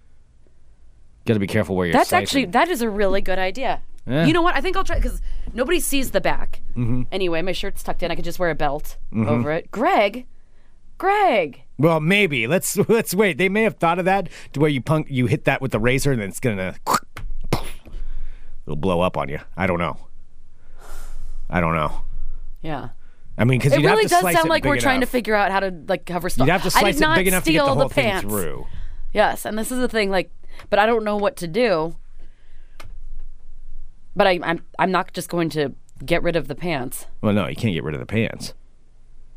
Got to be careful where you're.
That's
siphoning.
actually that is a really good idea.
Yeah. Mm-hmm.
You know what? I think I'll try because nobody sees the back. Anyway, my shirt's tucked in. I could just wear a belt over it. Greg, Greg.
Well, maybe. Let's let's wait. They may have thought of that to where you punk you hit that with the razor and it's gonna it'll blow up on you. I don't know. I don't know.
Yeah.
I mean, because
It really
have to
does
slice
sound
it
like
big
we're trying to
enough.
figure out how to like cover stuff.
You'd have to
I
slice
did
it
not
big enough to
steal
get the whole
the
thing
pants.
through.
Yes, and this is the thing, like, but I don't know what to do. But I, I'm I'm not just going to get rid of the pants.
Well, no, you can't get rid of the pants.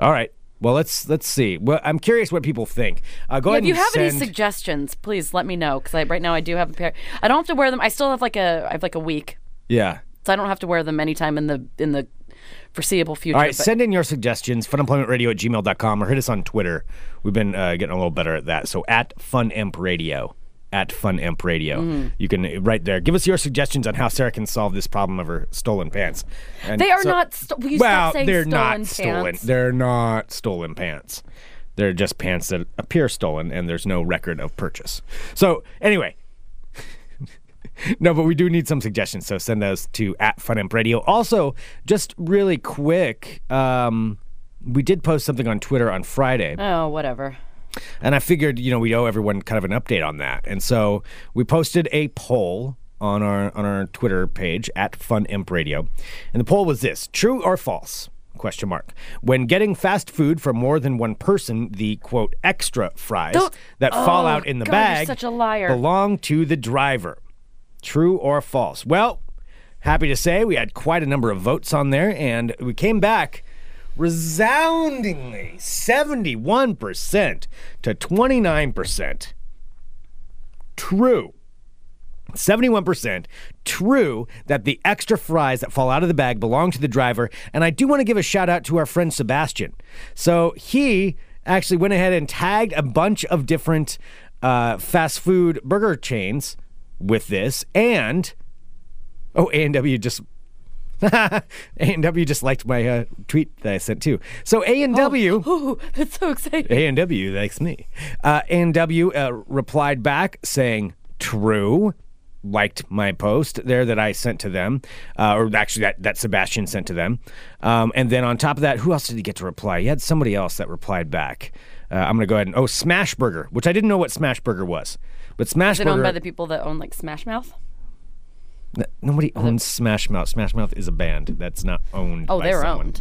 All right. Well, let's let's see. Well, I'm curious what people think. Uh, go
Yeah,
ahead
if you
and
have any
send-
suggestions, please let me know because I, right now I do have a pair. I don't have to wear them. I still have like a I have like a week,
yeah.
so I don't have to wear them anytime in the in the foreseeable future.
All right,
but-
send in your suggestions, funemploymentradio at gmail.com, or hit us on Twitter. We've been uh, getting a little better at that. So at funimpradio, at funimpradio. You can, uh, right there, give us your suggestions on how Sarah can solve this problem of her stolen pants. And
They are not sto- will you stop
well,
saying
they're
stolen
not
pants?
stolen. They're not stolen pants. They're just pants that appear stolen, and there's no record of purchase. So anyway, no, but we do need some suggestions, so send those to at Fun Imp Radio. Also, just really quick, um, we did post something on Twitter on Friday,
oh, whatever.
and I figured you know we owe everyone kind of an update on that, and so we posted a poll on our on our Twitter page at Fun Imp Radio, and the poll was this: true or false? Question mark. When getting fast food from more than one person, the quote extra fries
Don't-
that fall out in the
Oh, God, you're
bag
such a liar.
belong to the driver. True or false? Well, happy to say we had quite a number of votes on there, and we came back resoundingly 71% to 29%. True. 71% true that the extra fries that fall out of the bag belong to the driver. And I do want to give a shout out to our friend Sebastian. So he actually went ahead and tagged a bunch of different uh, fast food burger chains with this. And, oh, A&W just. A&W just liked my uh, tweet that I sent too. So A&W
Ooh, that's so exciting.
a&W likes me. Uh, A&W uh, replied back saying, true. Liked my post there that I sent to them, uh, or actually that, that Sebastian sent to them. Um, and then on top of that, who else did he get to reply? He had somebody else that replied back. Uh, I'm going to go ahead and, oh, Smashburger, which I didn't know what Smashburger was. But Smashburger.
Is it owned by the people that own like Smash Mouth?
N- Nobody owns Smash Mouth. Smash Mouth is a band that's not owned.
Oh,
by
they're
someone.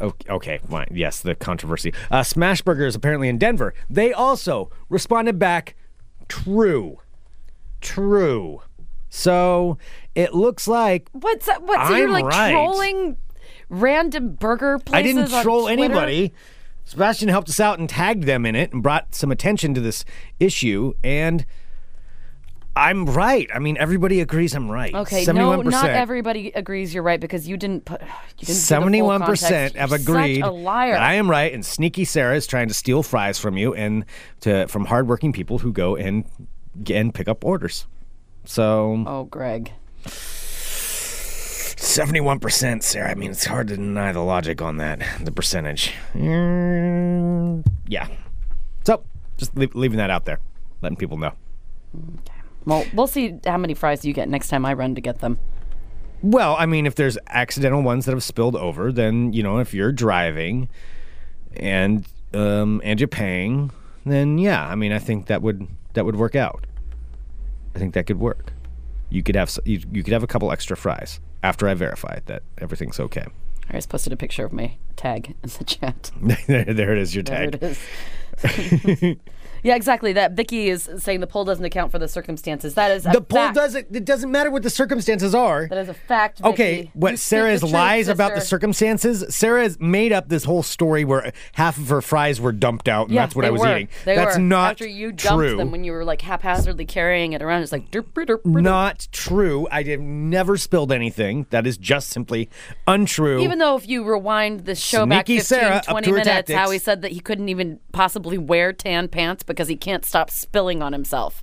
owned.
O- Okay, fine. Yes, the controversy. Uh, Smashburger is apparently in Denver. They also responded back, true, true. So it looks like
What's that? What's so you're
I'm
like
right.
trolling random burger places?
I didn't
on
troll
Twitter?
anybody. Sebastian helped us out and tagged them in it and brought some attention to this issue. And I'm right. I mean, everybody agrees I'm right.
Okay,
71%.
no, not everybody agrees you're right because you didn't put. You didn't
Seventy-one
percent
percent have agreed
Such a liar.
that I am right, and sneaky Sarah is trying to steal fries from you and to from hardworking people who go and and pick up orders. So
oh, Greg.
seventy-one percent, Sarah. I mean, it's hard to deny the logic on that, the percentage. Mm, Yeah. So just leave, leaving that out there, letting people know.
Well, we'll see how many fries you get next time I run to get them.
Well, I mean, if there's accidental ones that have spilled over, then you know, if you're driving and um, and you're paying, then yeah, I mean, I think that would that would work out. I think that could work. You could have s- you, you could have a couple extra fries after I verify that everything's okay.
I just posted a picture of my tag in the chat.
there, there it is, your
There
tag.
it is. yeah, exactly. That Vicky is saying the poll doesn't account for the circumstances. That is a
The poll
fact.
doesn't. It doesn't matter what the circumstances are.
That is a fact.
Okay,
Vicky. You
what
speak the
Sarah's
truth,
lies about the
sister.
circumstances? Sarah's made up this whole story where half of her fries were dumped out, and
Yeah,
that's what
they
I was
were.
eating.
They
that's
were.
not
after you dumped
true.
them when you were like haphazardly carrying it around. It's like derp, derp, derp, derp.
not true. I have never spilled anything. That is just simply untrue.
Even though if you rewind the show back
Sneaky
15,
Sarah, up
20
to her
minutes, how
tactics.
he said that he couldn't even possibly wear tan pants because he can't stop spilling on himself.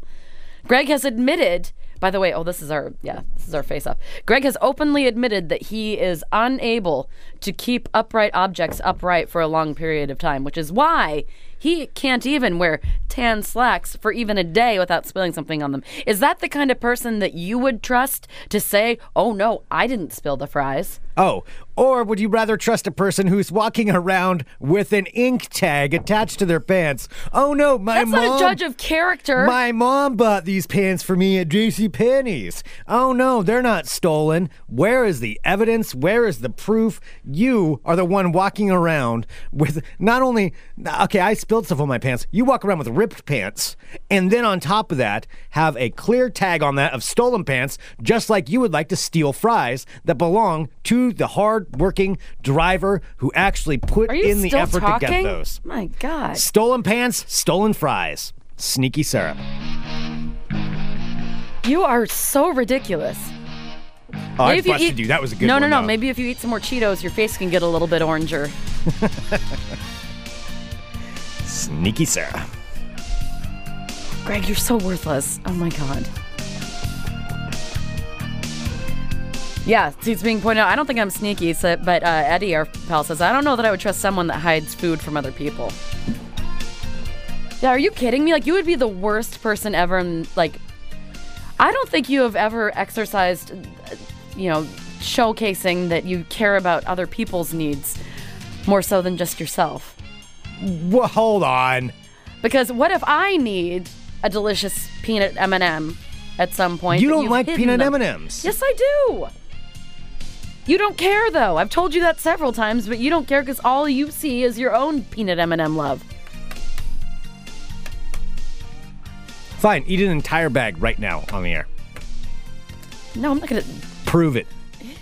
Greg has admitted, by the way, oh, this is our, yeah, this is our face off. Greg has openly admitted that he is unable to keep upright objects upright for a long period of time, which is why he can't even wear tan slacks for even a day without spilling something on them. Is that the kind of person that you would trust to say, "Oh no, I didn't spill the fries"?
Oh, or would you rather trust a person who's walking around with an ink tag attached to their pants? Oh no, my
That's
mom.
not a judge of character.
My mom bought these pants for me at JCPenney's. Oh no, they're not stolen. Where is the evidence? Where is the proof? You are the one walking around with not only, okay, I spilled stuff on my pants. You walk around with ripped pants, and then on top of that, have a clear tag on that of stolen pants, just like you would like to steal fries that belong to the hard-working driver who actually put
Are you
in the
still
effort
talking?
to get those.
My God.
Stolen pants, stolen fries. Sneaky syrup.
You are so ridiculous.
Oh, I
Maybe if you
busted
eat-
you. That was a good
no,
one.
No, no,
though.
Maybe if you eat some more Cheetos, your face can get a little bit oranger.
Sneaky Sarah.
Greg, you're so worthless. Oh my God. Yeah, see, it's being pointed out. I don't think I'm sneaky, so, but uh, Eddie, our pal, says, I don't know that I would trust someone that hides food from other people. Yeah, are you kidding me? Like, you would be the worst person ever. And, like, I don't think you have ever exercised, uh, you know, showcasing that you care about other people's needs more so than just yourself.
Well, hold on.
Because what if I need a delicious peanut M and m at some point?
You
but
don't
you've
like
hidden
peanut
them?
M&Ms.
Yes, I do. You don't care though. I've told you that several times, but you don't care because all you see is your own peanut M and m love.
Fine, eat an entire bag right now on the air.
No, I'm not gonna.
Prove it.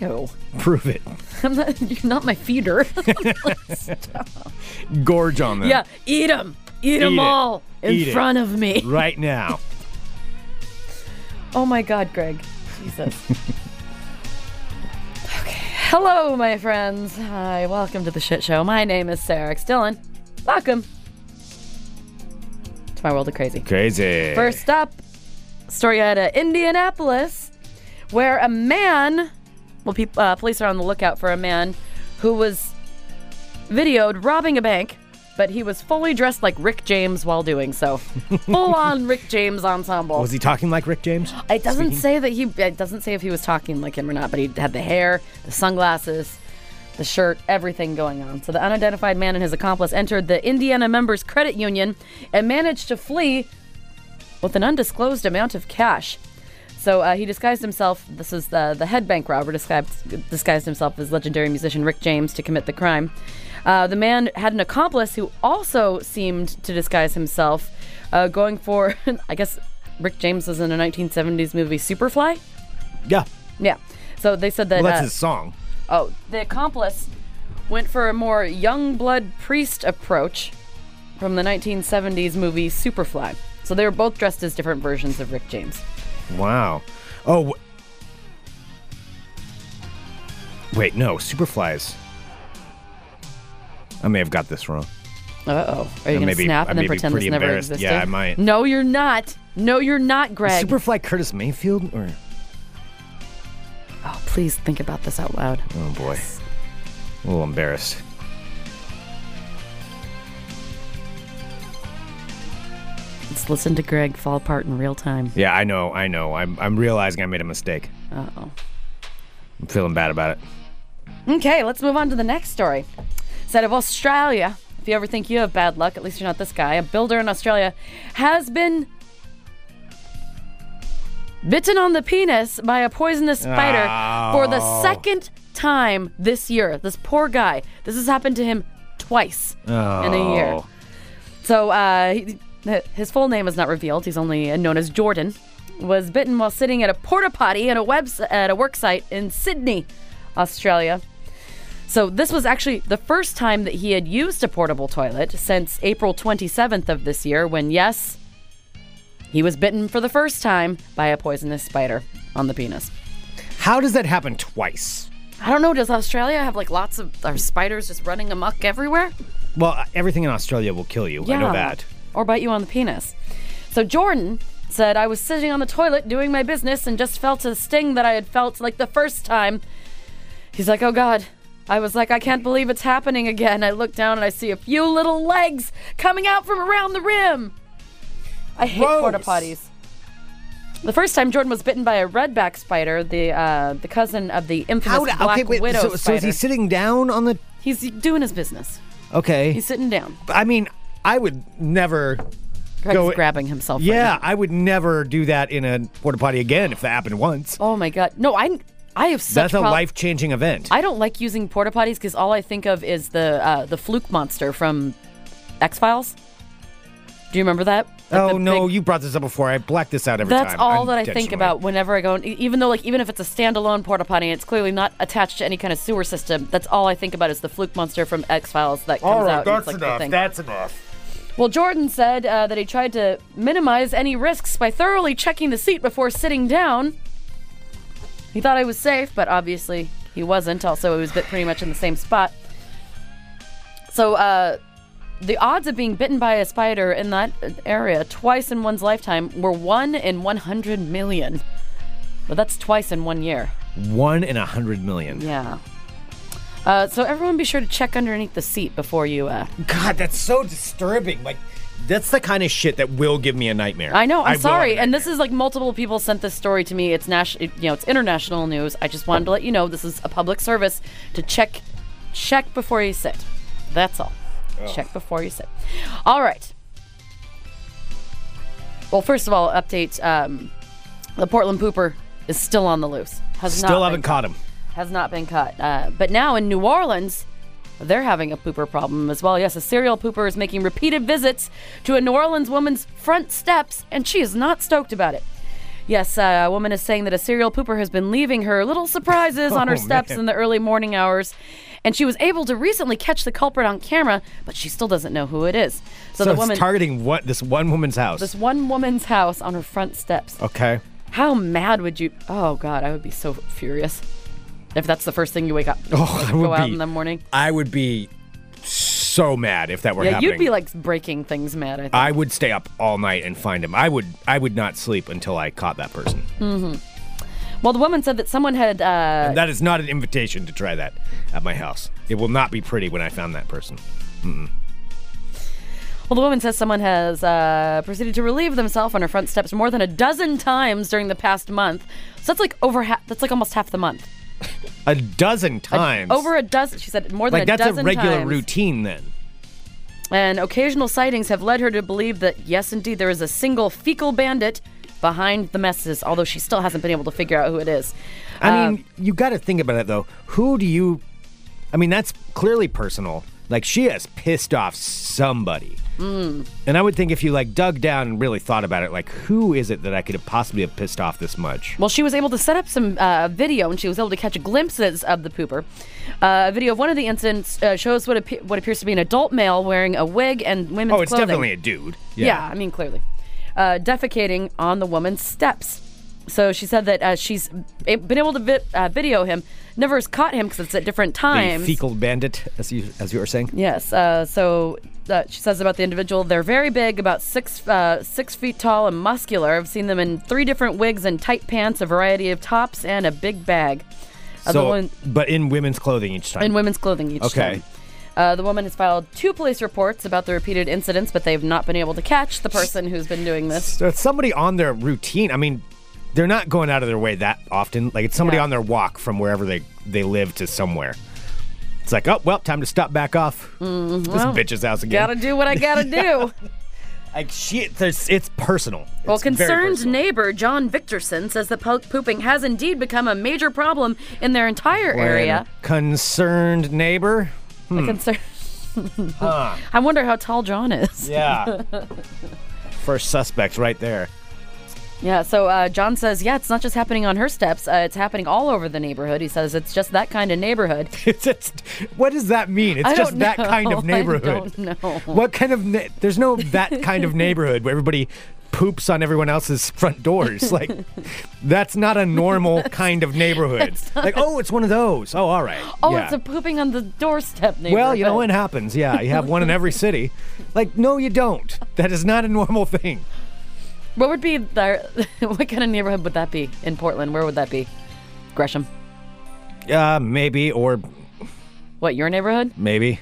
Ew.
Prove it.
I'm not. You're not my feeder.
Gorge on them.
yeah, eat them. Eat them
it.
all in
Eat it.
front of me.
Right now.
Oh my God, Greg. Jesus. okay. Hello, my friends. Hi. Welcome to the shit show. My name is Sarah X. Dillon. Welcome to my world of crazy.
Crazy.
First up, story out of Indianapolis, where a man, well, peop uh, police are on the lookout for a man who was videoed robbing a bank, but he was fully dressed like Rick James while doing so. Full on Rick James ensemble.
Was Oh, he talking like Rick James?
It doesn't say that he. It doesn't say if he was talking like him or not, but he had the hair, the sunglasses, the shirt, everything going on. So the unidentified man and his accomplice entered the Indiana Members Credit Union and managed to flee with an undisclosed amount of cash. So uh, he disguised himself. This is the the head bank robber disguised disguised himself as legendary musician Rick James to commit the crime. Uh, the man had an accomplice who also seemed to disguise himself, uh, going for I guess Rick James was in a 1970s movie Superfly.
Yeah.
Yeah. So they said that.
Well, that's
uh,
his song.
Oh, the accomplice went for a more young blood priest approach from the 1970s movie Superfly. So they were both dressed as different versions of Rick James.
Wow. Oh. W- Wait, no. Superflies. I may have got this wrong.
Uh oh. Are
I
you going
may
to
be-
snap
I
and
may
then
be
pretend this
pretty
never
embarrassed.
existed?
Yeah, I might.
No, you're not. No, you're not, Greg.
Superfly Curtis Mayfield? Or.
oh, please think about this out loud.
Oh, boy. A little embarrassed.
Let's listen to Greg fall apart in real time.
Yeah, I know, I know. I'm, I'm realizing I made a mistake.
Uh oh.
I'm feeling bad about it.
Okay, let's move on to the next story. It's out of Australia. If you ever think you have bad luck, at least you're not this guy. A builder in Australia has been bitten on the penis by a poisonous spider for the
Ow.
second time this year. This poor guy. This has happened to him twice in a year.
Oh.
So uh, he- his full name is not revealed. He's only uh, known as Jordan. Was bitten while sitting at a porta potty at a web at a work site in Sydney, Australia. So this was actually the first time that he had used a portable toilet since April 27th of this year, when yes, he was bitten for the first time by a poisonous spider on the penis.
How does that happen twice?
I don't know. Does Australia have like lots of are spiders just running amok everywhere?
Well, everything in Australia will kill you. I know that.
Or bite you on the penis. So Jordan said, I was sitting on the toilet doing my business and just felt a sting that I had felt like the first time. He's like, oh God, I was like, I can't believe it's happening again. I look down and I see a few little legs coming out from around the rim. I hate
Gross.
porta potties. The first time Jordan was bitten by a redback spider, the uh, the cousin of the infamous
How?
black
okay, wait.
widow
so, so
spider.
is he sitting down on the?
He's doing his business.
Okay.
He's sitting down.
I mean, I would never.
Greg's
Go-
grabbing himself. right
Yeah,
now.
I would never do that in a porta potty again if that happened once.
oh my god. No, I I have such.
That's a
prob-
life changing event.
I don't like using porta potties because all I think of is the uh, the fluke monster from X Files. Do you remember that? Like
oh
the
no,
big-
you brought this up before. I black this out every
That's
time.
all that I think
intentionally.
about whenever I go, in, e- even though like even if it's a standalone porta potty, and it's clearly not attached to any kind of sewer system. That's all I think about is the fluke monster from X Files that comes
All right,
out. and
that's
it's, like, the
enough.
thing.
That's enough.
well, Jordan said uh, that he tried to minimize any risks by thoroughly checking the seat before sitting down. He thought I was safe, but obviously he wasn't. Also, he was bit pretty much in the same spot. So, uh, the odds of being bitten by a spider in that area twice in one's lifetime were one in 100 million. But that's twice in one year.
One in a hundred million.
Yeah. Uh, so, everyone be sure to check underneath the seat before you. Uh,
God, that's so disturbing. Like, that's the kind of shit that will give me a nightmare.
I know. I'm
will
sorry.
have a
And this
nightmare.
is like multiple people sent this story to me. It's national, you know, it's international news. I just wanted to let you know this is a public service to check, check before you sit. That's all.
Oh.
Check before you sit. All right. Well, first of all, update. Um, the Portland pooper is still on the loose. Has
still
not
haven't
been,
caught him.
has not been caught. Uh, but now in New Orleans, they're having a pooper problem as well. Yes, a serial pooper is making repeated visits to a New Orleans woman's front steps, and she is not stoked about it. Yes, uh, a woman is saying that a serial pooper has been leaving her little surprises on her
Oh,
steps
man.
in the early morning hours. And she was able to recently catch the culprit on camera, but she still doesn't know who it is.
So
So, the woman,
it's targeting what this one woman's house.
this one woman's house on her front steps.
okay.
How mad would you? Oh God, I would be so furious if that's the first thing you wake up.
Oh, I
go
would
out
be-
in the morning.
I would be so mad if that were
Yeah,
happening. Uh,
you'd be like breaking things mad. I think.
I would stay up all night and find him. I would I would not sleep until I caught that person.
well, the woman said that someone had. Uh,
That is not an invitation to try that at my house. It will not be pretty when I found that person.
well, the woman says someone has uh, proceeded to relieve themselves on her front steps more than a dozen times during the past month. So that's like over. Ha- that's like almost half the month.
A dozen times.
Over a dozen. She said more than
like
a
that's a
dozen
regular
times.
routine then.
And occasional sightings have led her to believe that, yes, indeed, there is a single fecal bandit behind the messes, although she still hasn't been able to figure out who it is.
I mean,
Um,
you got to think about it though. Who do you? I mean, that's clearly personal. Like she has pissed off somebody.
Mm.
And I would think if you like dug down and really thought about it, like who is it that I could have possibly have pissed off this much?
Well, she was able to set up some uh, video, and she was able to catch glimpses of the pooper. Uh, a video of one of the incidents uh, shows what appe- what appears to be an adult male wearing a wig and women's
oh, it's
clothing.
definitely a dude.
yeah. I mean clearly, uh, defecating on the woman's steps. So she said that uh, she's a- been able to vi- uh, video him. Never has caught him because it's at different
The
times.
fecal bandit, as you as you were saying.
Yes. Uh, so uh, she says about the individual, they're very big, about six uh, six feet tall and muscular. I've seen them in three different wigs and tight pants, a variety of tops, and a big bag. Uh, the
So,
one-
but in women's clothing each time.
in women's clothing each
Okay.
time. Uh, the woman has filed two police reports about the repeated incidents, but they've not been able to catch the person who's been doing this.
So it's somebody on their routine. I mean, they're not going out of their way that often. Like it's somebody
Yeah.
on their walk from wherever they they live to somewhere. It's like, oh well, time to stop back off. This bitch's house again.
Mm-hmm. Gotta do what I gotta do.
Like she, there's, it's personal.
Well,
It's very
concerned
personal.
neighbor John Victorson says that po- pooping has indeed become a major problem in their entire area.
Concerned neighbor.
The concern- I wonder how tall John is.
Yeah. First suspect right there.
Yeah, so uh, John says, yeah, it's not just happening on her steps. Uh, it's happening all over the neighborhood. He says it's just that kind of neighborhood.
It's just, what does that mean? It's
I
just
don't
that kind
know.
of
I
neighborhood.
don't know.
What kind of? Na- There's no that kind of neighborhood where everybody poops on everyone else's front doors. Like, that's not a normal kind of neighborhood. Like, oh, it's one of those. Oh, all right.
Oh,
Yeah.
it's a pooping on the doorstep neighborhood.
well, you know it happens. Yeah, you have one in every city. Like, no, you don't. That is not a normal thing.
What would be there? what kind of neighborhood would that be in Portland? Where would that be? Gresham.
Uh, maybe or
What your neighborhood?
Maybe.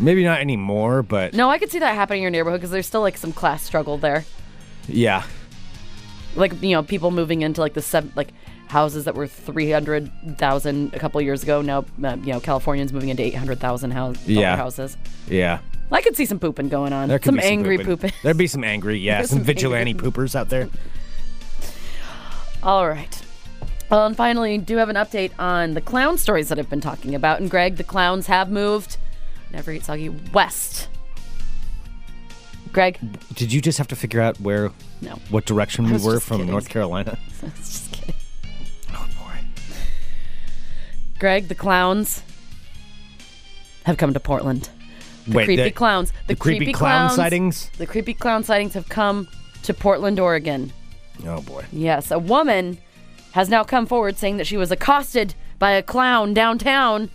Maybe not anymore, but
No, I could see that happening in your neighborhood because there's still like some class struggle there.
yeah.
Like you know, people moving into like the seven like houses that were three hundred thousand a couple years ago. Now uh, you know, Californians moving into eight hundred thousand house
Yeah.
dollar houses.
Yeah.
I could see some pooping going on.
There could
some
be
angry
pooping.
pooping.
There'd be some angry, yeah,
There's
some,
some
vigilante
angry-
poopers out there.
All right. Well, and finally, do have an update on the clown stories that I've been talking about. And Greg, the clowns have moved. Never eat soggy west. Greg,
Did you just have to figure out where,
no,
what direction we
was
were
just
from
kidding.
North Carolina?
just kidding.
Oh boy.
Greg, the clowns have come to Portland. The
Wait,
creepy
the,
clowns.
the creepy, clown sightings.
The creepy clown sightings have come to Portland, Oregon.
Oh boy.
Yes, a woman has now come forward saying that she was accosted by a clown downtown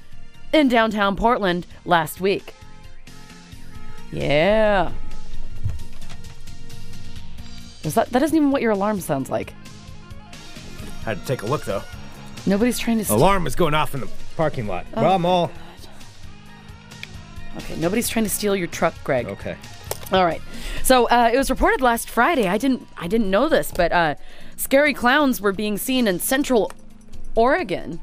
in downtown Portland last week. Yeah. Is that that isn't even what your alarm sounds like.
Had to take a look though.
Nobody's trying to steal
Alarm was going off in the parking lot.
Oh.
well, I'm all
Okay, nobody's trying to steal your truck, Greg.
okay.
All right. So uh, it was reported last Friday. I didn't I didn't know this, but uh, scary clowns were being seen in central Oregon.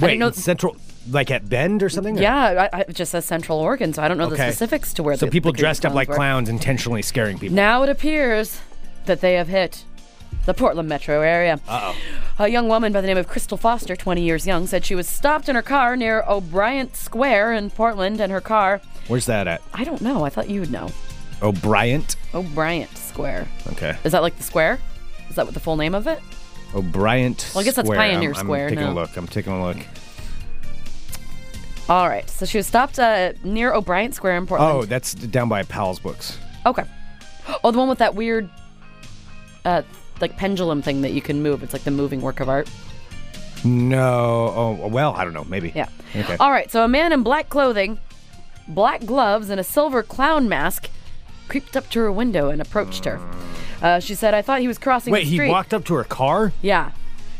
Wait,
know-
in central, like at Bend or something? or-
Yeah, I, I, it just says Central Oregon, so I don't know
Okay.
the specifics to where.
So
the,
people
the creepy
dressed up like
were.
clowns, intentionally scaring people.
Now it appears that they have hit the Portland metro area. Uh oh. A young woman by the name of Crystal Foster, 20 years young, said she was stopped in her car near O'Brien Square in Portland, and her car.
Where's that at?
I don't know. I thought you would know.
O'Brien.
O'Brien Square.
Okay.
Is that like the square? Is that what the full name of it?
O'Brien.
Well, I guess that's
Square.
Pioneer
I'm,
Square
I'm taking
now.
a look. I'm taking a look.
All right. So she was stopped uh, near O'Brien Square in
Oh,
Portland.
that's down by Powell's books.
Oh. Okay. Oh, the one with that weird, uh, like pendulum thing that you can move. It's like the moving work of art.
No. Oh, well, I don't know. Maybe.
Yeah.
Okay.
All right. So a man in black clothing, black gloves, and a silver clown mask creeped up to her window and approached her. Uh, she said, "I thought he was crossing
Wait,
the
he
street."
walked up to her car?
Yeah.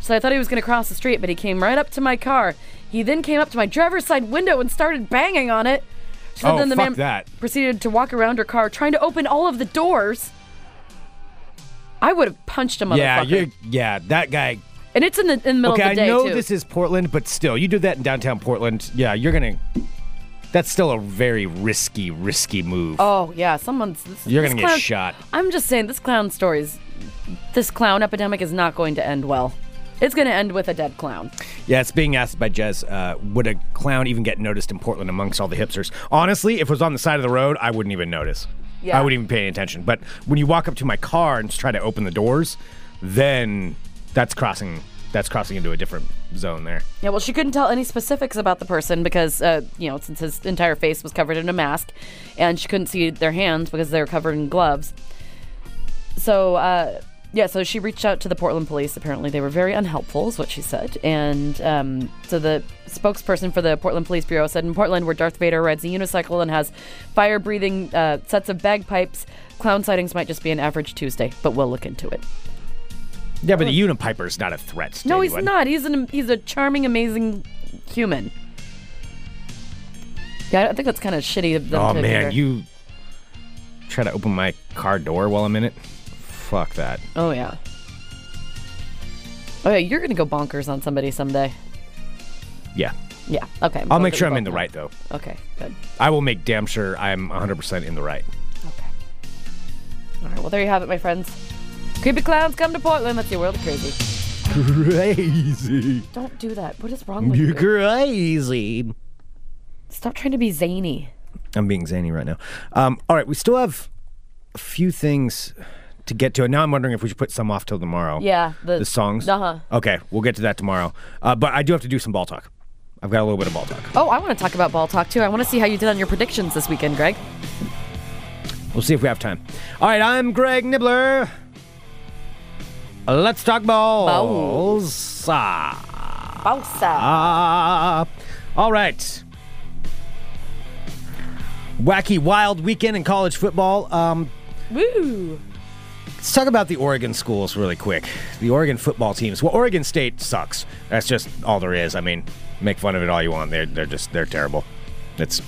So I thought he was going to cross the street, but he came right up to my car. He then came up to my driver's side window and started banging on it. So
Oh,
then the
fuck
man
that.
proceeded to walk around her car, trying to open all of the doors. I would have punched a motherfucker.
Yeah, you yeah, that guy.
and it's in the, in the middle
Okay,
of
I
the day
know
too.
this is Portland, but still, you do that in downtown Portland. Yeah, you're gonna. That's still a very risky, risky move.
Oh yeah, someone's. This,
You're
this
gonna get
clown-
shot.
I'm just saying, this clown story's, this clown epidemic is not going to end well. It's going to end with a dead clown.
Yeah, it's being asked by Jez. Uh, would a clown even get noticed in Portland amongst all the hipsters? Honestly, if it was on the side of the road, I wouldn't even notice.
Yeah.
I wouldn't even pay any attention. But when you walk up to my car and try to open the doors, then that's crossing. That's crossing into a different zone there.
Yeah, well, she couldn't tell any specifics about the person because, uh, you know, since his entire face was covered in a mask, and she couldn't see their hands because they were covered in gloves. So, uh, yeah, so she reached out to the Portland police. Apparently, they were very unhelpful, is what she said. And um, so the spokesperson for the Portland Police Bureau said in Portland, where Darth Vader rides a unicycle and has fire breathing uh, sets of bagpipes, clown sightings might just be an average Tuesday, but we'll look into it.
Yeah, but the Unipiper's not a threat. To
Oh. No, he's
anyone.
not. He's an he's a charming, amazing human. Yeah, I think that's kind of shitty. Of them
Oh
to
man,
hear.
you try to open my car door while I'm in it. Fuck that.
Oh yeah. Oh yeah, you're gonna go bonkers on somebody someday.
Yeah,
Yeah. Okay.
I'll make sure I'm in the right though.
Okay. Good.
I will make damn sure I'm 100% in the right.
Okay. All right. Well, there you have it, my friends. Creepy clowns come to Portland. That's your world of crazy.
Crazy.
Don't do that. What is wrong with you?
crazy.
Stop trying to be zany.
I'm being zany right now. Um, all right, we still have a few things to get to. And now I'm wondering if we should put some off till tomorrow.
Yeah. The,
The songs?
Uh-huh.
Okay, we'll get to that tomorrow. Uh, but I do have to do some ball talk. I've got a little bit of ball talk.
Oh, I want to talk about ball talk too. I want to see how you did on your predictions this weekend, Greg.
We'll see if we have time. All right, I'm Greg Nibbler. Let's talk balls. Ah.
Bossa.
All right. Wacky wild weekend in college football. Um,
Woo.
Let's talk about the Oregon schools really quick. The Oregon football teams. Well, Oregon State sucks. That's just all there is. I mean, make fun of it all you want. They're they're just they're terrible. It's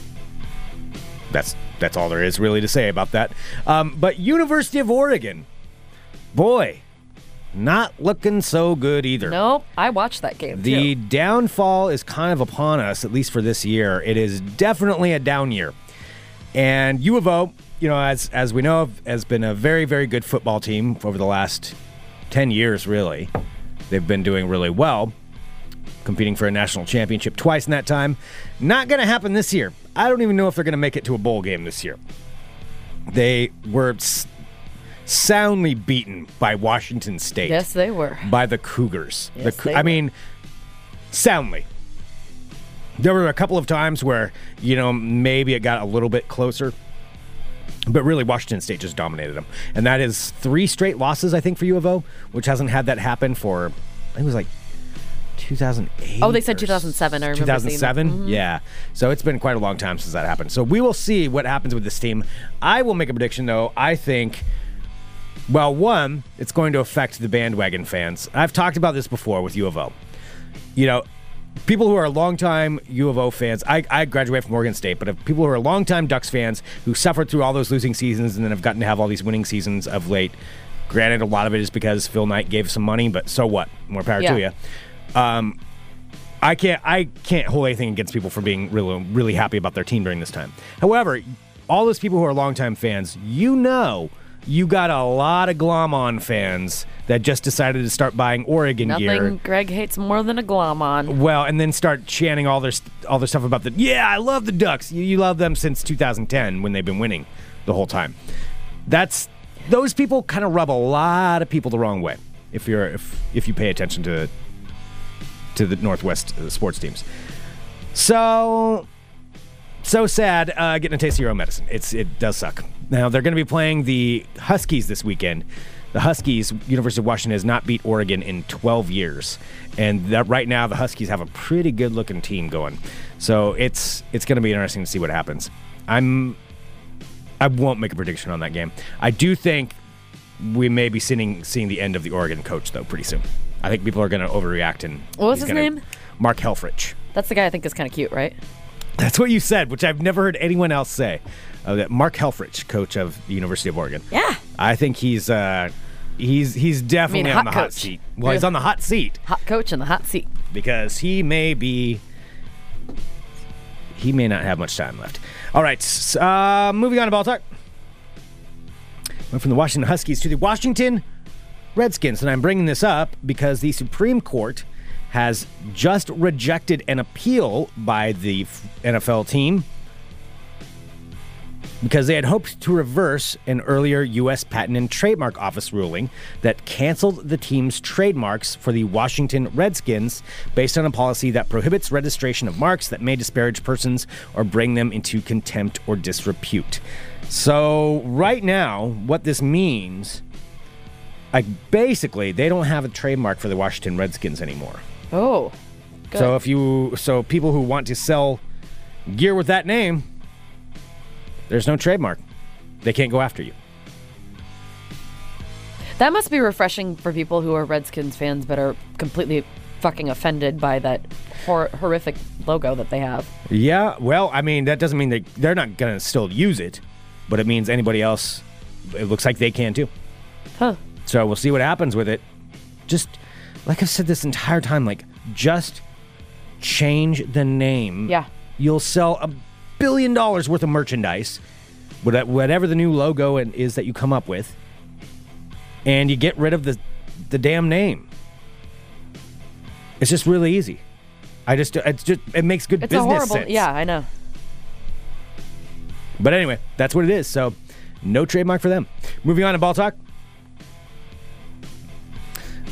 that's that's all there is really to say about that. Um, but University of Oregon, boy, not looking so good either.
Nope. I watched that game.
The
too.
downfall is kind of upon us, at least for this year. It is definitely a down year. And U of O, you know, as as we know, has been a very, very good football team over the last ten years, really. They've been doing really well, competing for a national championship twice in that time. Not gonna happen this year. I don't even know if they're gonna make it to a bowl game this year. They were s- soundly beaten by Washington State
Yes, they were.
by the Cougars.
Yes,
the, Cou-
they
I
were.
mean, soundly. There were a couple of times where, you know, maybe it got a little bit closer, but really Washington State just dominated them. And that is three straight losses, I think, for U of O, which hasn't had that happen for, I think it was like 2008.
Oh, they said
or
2007. I remember seeing that. Mm-hmm.
2007? Yeah. So it's been quite a long time since that happened. So we will see what happens with this team. I will make a prediction, though. I think. Well, one, it's going to affect the bandwagon fans. I've talked about this before with U of O. You know, people who are longtime U of O fans, I, I graduated from Oregon State, but if people who are longtime Ducks fans who suffered through all those losing seasons and then have gotten to have all these winning seasons of late, granted, a lot of it is because Phil Knight gave some money, but so what? More power
Yeah.
to you. Um, I can't I can't hold anything against people for being really really happy about their team during this time. However, all those people who are longtime fans, you know, you got a lot of glom on fans that just decided to start buying Oregon
Nothing
gear.
Greg hates more than a glom on.
Well, and then start chanting all their st- all their stuff about the yeah, I love the Ducks. You, you love them since 2010 when they've been winning the whole time. That's those people kind of rub a lot of people the wrong way if you're if if you pay attention to to the Northwest uh, sports teams. So so sad uh, getting a taste of your own medicine. It's it does suck. Now they're going to be playing the Huskies this weekend. The Huskies, University of Washington, has not beat Oregon in 12 years, and that right now the Huskies have a pretty good looking team going. So it's it's going to be interesting to see what happens. I'm I won't make a prediction on that game. I do think we may be seeing seeing the end of the Oregon coach though pretty soon. I think people are going to overreact and
What was
he's
his
gonna-
name?
Mark Helfrich.
That's the guy I think is kind of cute, right?
That's what you said, which I've never heard anyone else say. Uh, that Mark Helfrich, coach of the University of Oregon.
Yeah.
I think he's uh, he's he's definitely on
hot
the hot
coach.
seat. Well, he's on the hot seat
Hot coach in the hot seat.
because he may be he may not have much time left. All right, s- uh, moving on to ball talk. Went from the Washington Huskies to the Washington Redskins, and I'm bringing this up because the Supreme Court has just rejected an appeal by the f- NFL team because they had hoped to reverse an earlier U.S. Patent and Trademark Office ruling that canceled the team's trademarks for the Washington Redskins based on a policy that prohibits registration of marks that may disparage persons or bring them into contempt or disrepute. So, right now, what this means, like basically, they don't have a trademark for the Washington Redskins anymore.
Oh.
So if you so people who want to sell gear with that name, there's no trademark. They can't go after you.
That must be refreshing for people who are Redskins fans but are completely fucking offended by that hor- horrific logo that they have.
Yeah, well, I mean that doesn't mean they they're not gonna still use it, but it means anybody else. It looks like they can too.
Huh.
So we'll see what happens with it. Just like I've said this entire time, like just change the name.
Yeah.
You'll sell a billion dollars worth of merchandise, what- whatever the new logo and is that you come up with, and you get rid of the the damn name. It's just really easy. I just it's just it makes good
It's a
business
horrible.
sense.
Yeah, I know.
But anyway, that's what it is. So no trademark for them. Moving on to ball talk.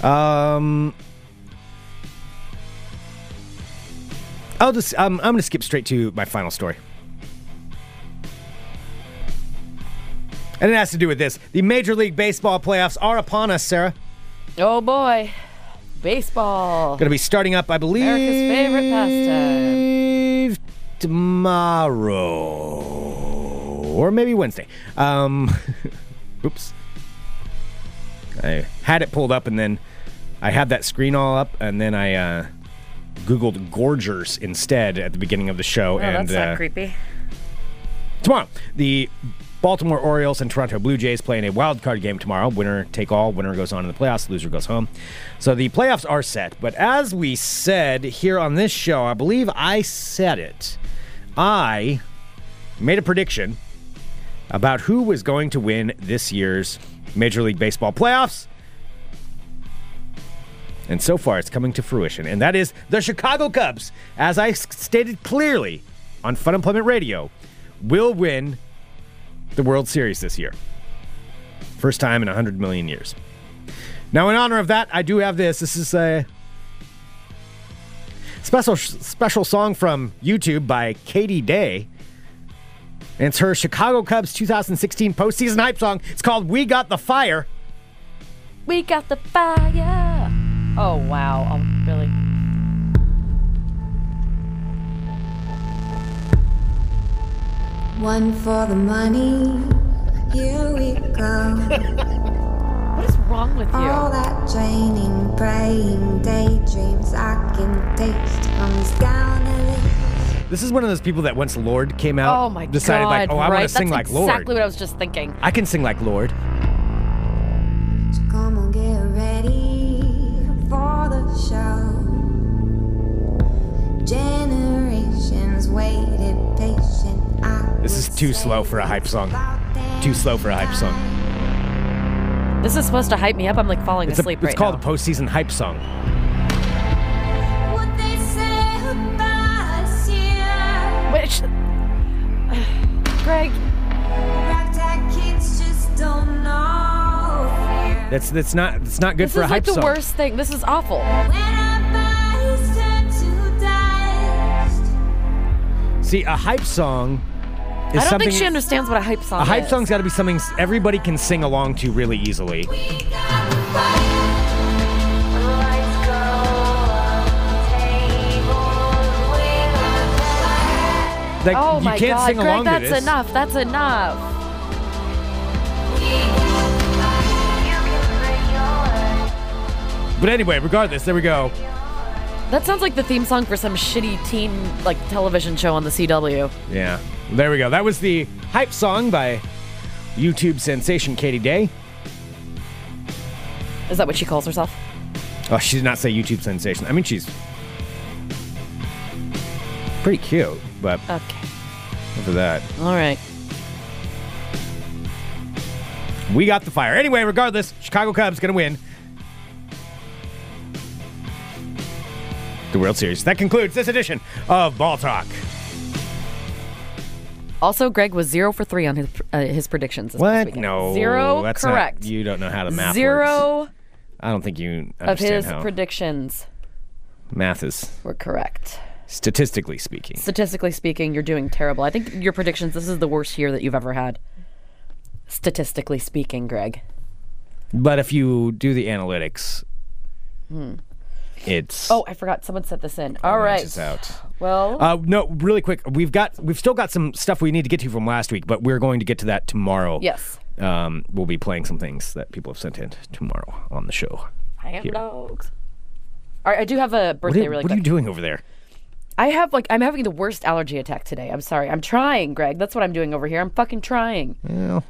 Um, I'll just um, I'm going to skip straight to my final story. And it has to do with this. The Major League Baseball playoffs are upon us, Sarah.
Oh boy. Baseball.
Going to be starting up, I believe.
America's favorite pastime.
Tomorrow. Or maybe Wednesday. Um, oops. I had it pulled up, and then I had that screen all up, and then I uh, Googled Gorgers instead at the beginning of the show.
Oh,
and
that's not
uh,
creepy.
tomorrow. The Baltimore Orioles and Toronto Blue Jays play in a wild card game tomorrow. Winner take all. Winner goes on in the playoffs. Loser goes home. So the playoffs are set. But as we said here on this show, I believe I said it. I made a prediction about who was going to win this year's Major League Baseball playoffs. And so far, it's coming to fruition. And that is the Chicago Cubs, as I s- stated clearly on Fun Employment Radio, will win the World Series this year. First time in 100 million years. Now, in honor of that, I do have this. This is a special special song from YouTube by Katie Day. And it's her Chicago Cubs 2016 postseason hype song. It's called We Got the Fire.
We got the fire. Oh wow! Oh, really?
One for the money. Here we go.
What is wrong with
All
you?
that draining, praying, daydreams I can taste comes down the list.
This is one of those people that once Lord came out,
Oh my
decided
god!
like, oh, I
right?
want to sing
That's
like Lord.
Exactly what I was just thinking.
I can sing like Lord.
So come on, get ready for the show. Generations waited patient. I
This is
would
too
say
slow for a hype song.
about damn
Too slow for a hype song.
time.
This is supposed to hype me up. I'm like falling
It's, a-
asleep
it's
right
called
now.
a postseason hype song.
What they say about us here.
Which, Greg,
Ragtag kids just don't know fear.
That's that's not that's not good
this
for a
is
hype
like the
song.
worst thing. This is awful.
When our bodies turn to dust.
See, a hype song is
I don't
something
think she understands what a hype song
a
is.
hype song's got to be something s- everybody can sing along to really easily.
We got the fire. The lights go up, tables will burn.
Like
Oh
you
my
can't
god,
sing
Greg,
along
that's
to this.
enough. That's enough.
We got the fire. You can bring your
But anyway, regardless, there we go.
That sounds like the theme song for some shitty teen like television show on the CW.
Yeah, there we go. That was the hype song by YouTube sensation Katie Day.
Is that what she calls herself?
Oh, she did not say YouTube sensation. I mean, she's pretty cute, but
Okay.
for that.
All right.
We got the fire. Anyway, regardless, Chicago Cubs going to win the World Series. That concludes this edition of Ball Talk.
Also, Greg was zero for three on his uh, his predictions. This past weekend.
No.
zero
that's not-
correct.
you don't know how to math. works.
zero
I don't think you
of
understand
his
how
predictions
math is
were correct.
statistically speaking.
Statistically speaking, you're doing terrible. I think your predictions. This is the worst year that you've ever had. Statistically speaking, Greg.
But if you do the analytics, it's
Hmm. Oh, I forgot. Someone set this in. All right.
it's out.
Well,
Uh, no, really quick. We've got we've still got some stuff we need to get to from last week, but we're going to get to that tomorrow.
yes.
um, we'll be playing some things that people have sent in tomorrow on the show.
Ham
Here.
dogs. All right, I do have a
What,
birthday
are,
really
what are
quick.
you doing over there?
I have like I'm having the worst allergy attack today. I'm sorry. I'm trying, Greg. That's what I'm doing over here. I'm fucking trying.
Well,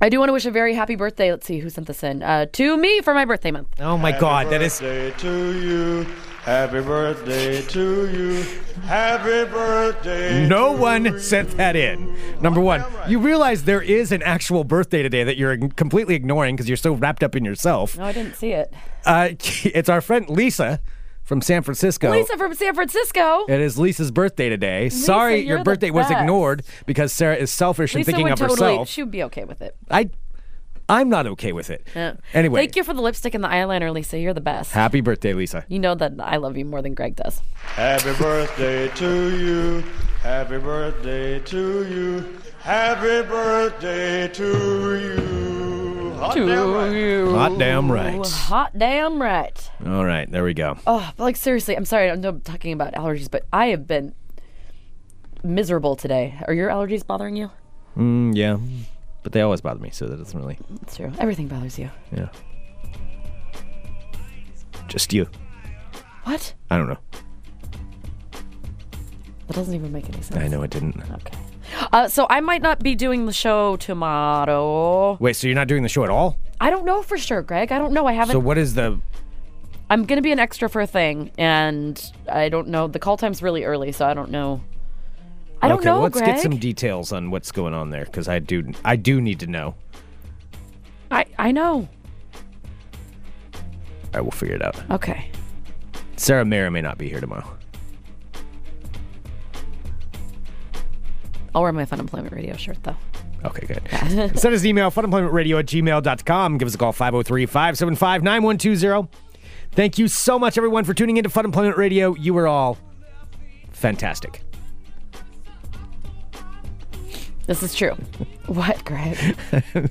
I do want to wish a very happy birthday. Let's see who sent this in. Uh, to me for my birthday month.
oh my God, that is
birthday to you. Happy birthday to you. Happy birthday.
no one sent that in. Number one, you realize there is an actual birthday today that you're completely ignoring because you're so wrapped up in yourself.
No, I didn't see it.
Uh, it's our friend Lisa from San Francisco.
Lisa from San Francisco.
It is Lisa's birthday today. Sorry,
you're
your
the
birthday was
best.
ignored because Sarah is selfish and
Lisa
thinking
would
of
totally.
herself.
She would be okay with it.
I, I'm not okay with it.
Yeah.
Anyway,
Thank you for the lipstick and the eyeliner, Lisa. You're the best.
Happy birthday, Lisa.
you know that I love you more than Greg does.
Happy birthday to you. Happy birthday to you. Happy birthday to you. Hot damn right.
Hot damn right.
Hot damn right.
All right, there we go.
Oh, but, like seriously, I'm sorry. I know I'm talking about allergies, but I have been miserable today. Are your allergies bothering you?
Mm, yeah. but they always bother me, so that doesn't really.
It's true. Everything bothers you.
Yeah. Just you.
What?
I don't know.
That doesn't even make any sense.
I know it didn't.
Okay. Uh, so I might not be doing the show tomorrow.
Wait, so you're not doing the show at all?
I don't know for sure, Greg. I don't know. I haven't.
So what is the?
I'm gonna be an extra for a thing, and I don't know. The call time's really early, so I don't know. I don't
okay,
know,
let's
Greg.
get some details on what's going on there because I do I do need to know.
I I know.
All right, we'll figure it out.
Okay.
Sarah may or may not be here tomorrow.
I'll wear my Fun Employment Radio shirt though.
Okay, good. Send us an email, funemploymentradio at gmail.com. Give us a call, 503 575 9120. Thank you so much, everyone, for tuning into Fun Employment Radio. You are all fantastic.
This is true. what, Greg?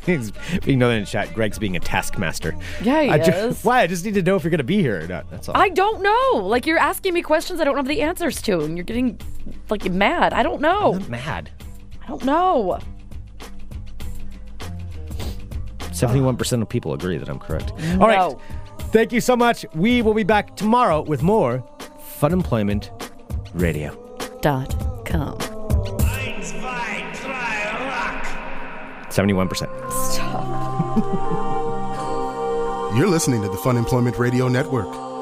He's being known in the chat, Greg's being a taskmaster.
Yeah, he
I ju-
is.
why? I just need to know if you're going to be here or not. That's all.
I don't know. Like you're asking me questions I don't have the answers to, and you're getting like mad. I don't know.
I'm mad.
I don't know.
71% of people agree that I'm correct. All right.
No.
Thank you so much. We will be back tomorrow with more Fun Employment Radio.
Dot com.
71%.
You're listening to the Fun Employment Radio Network.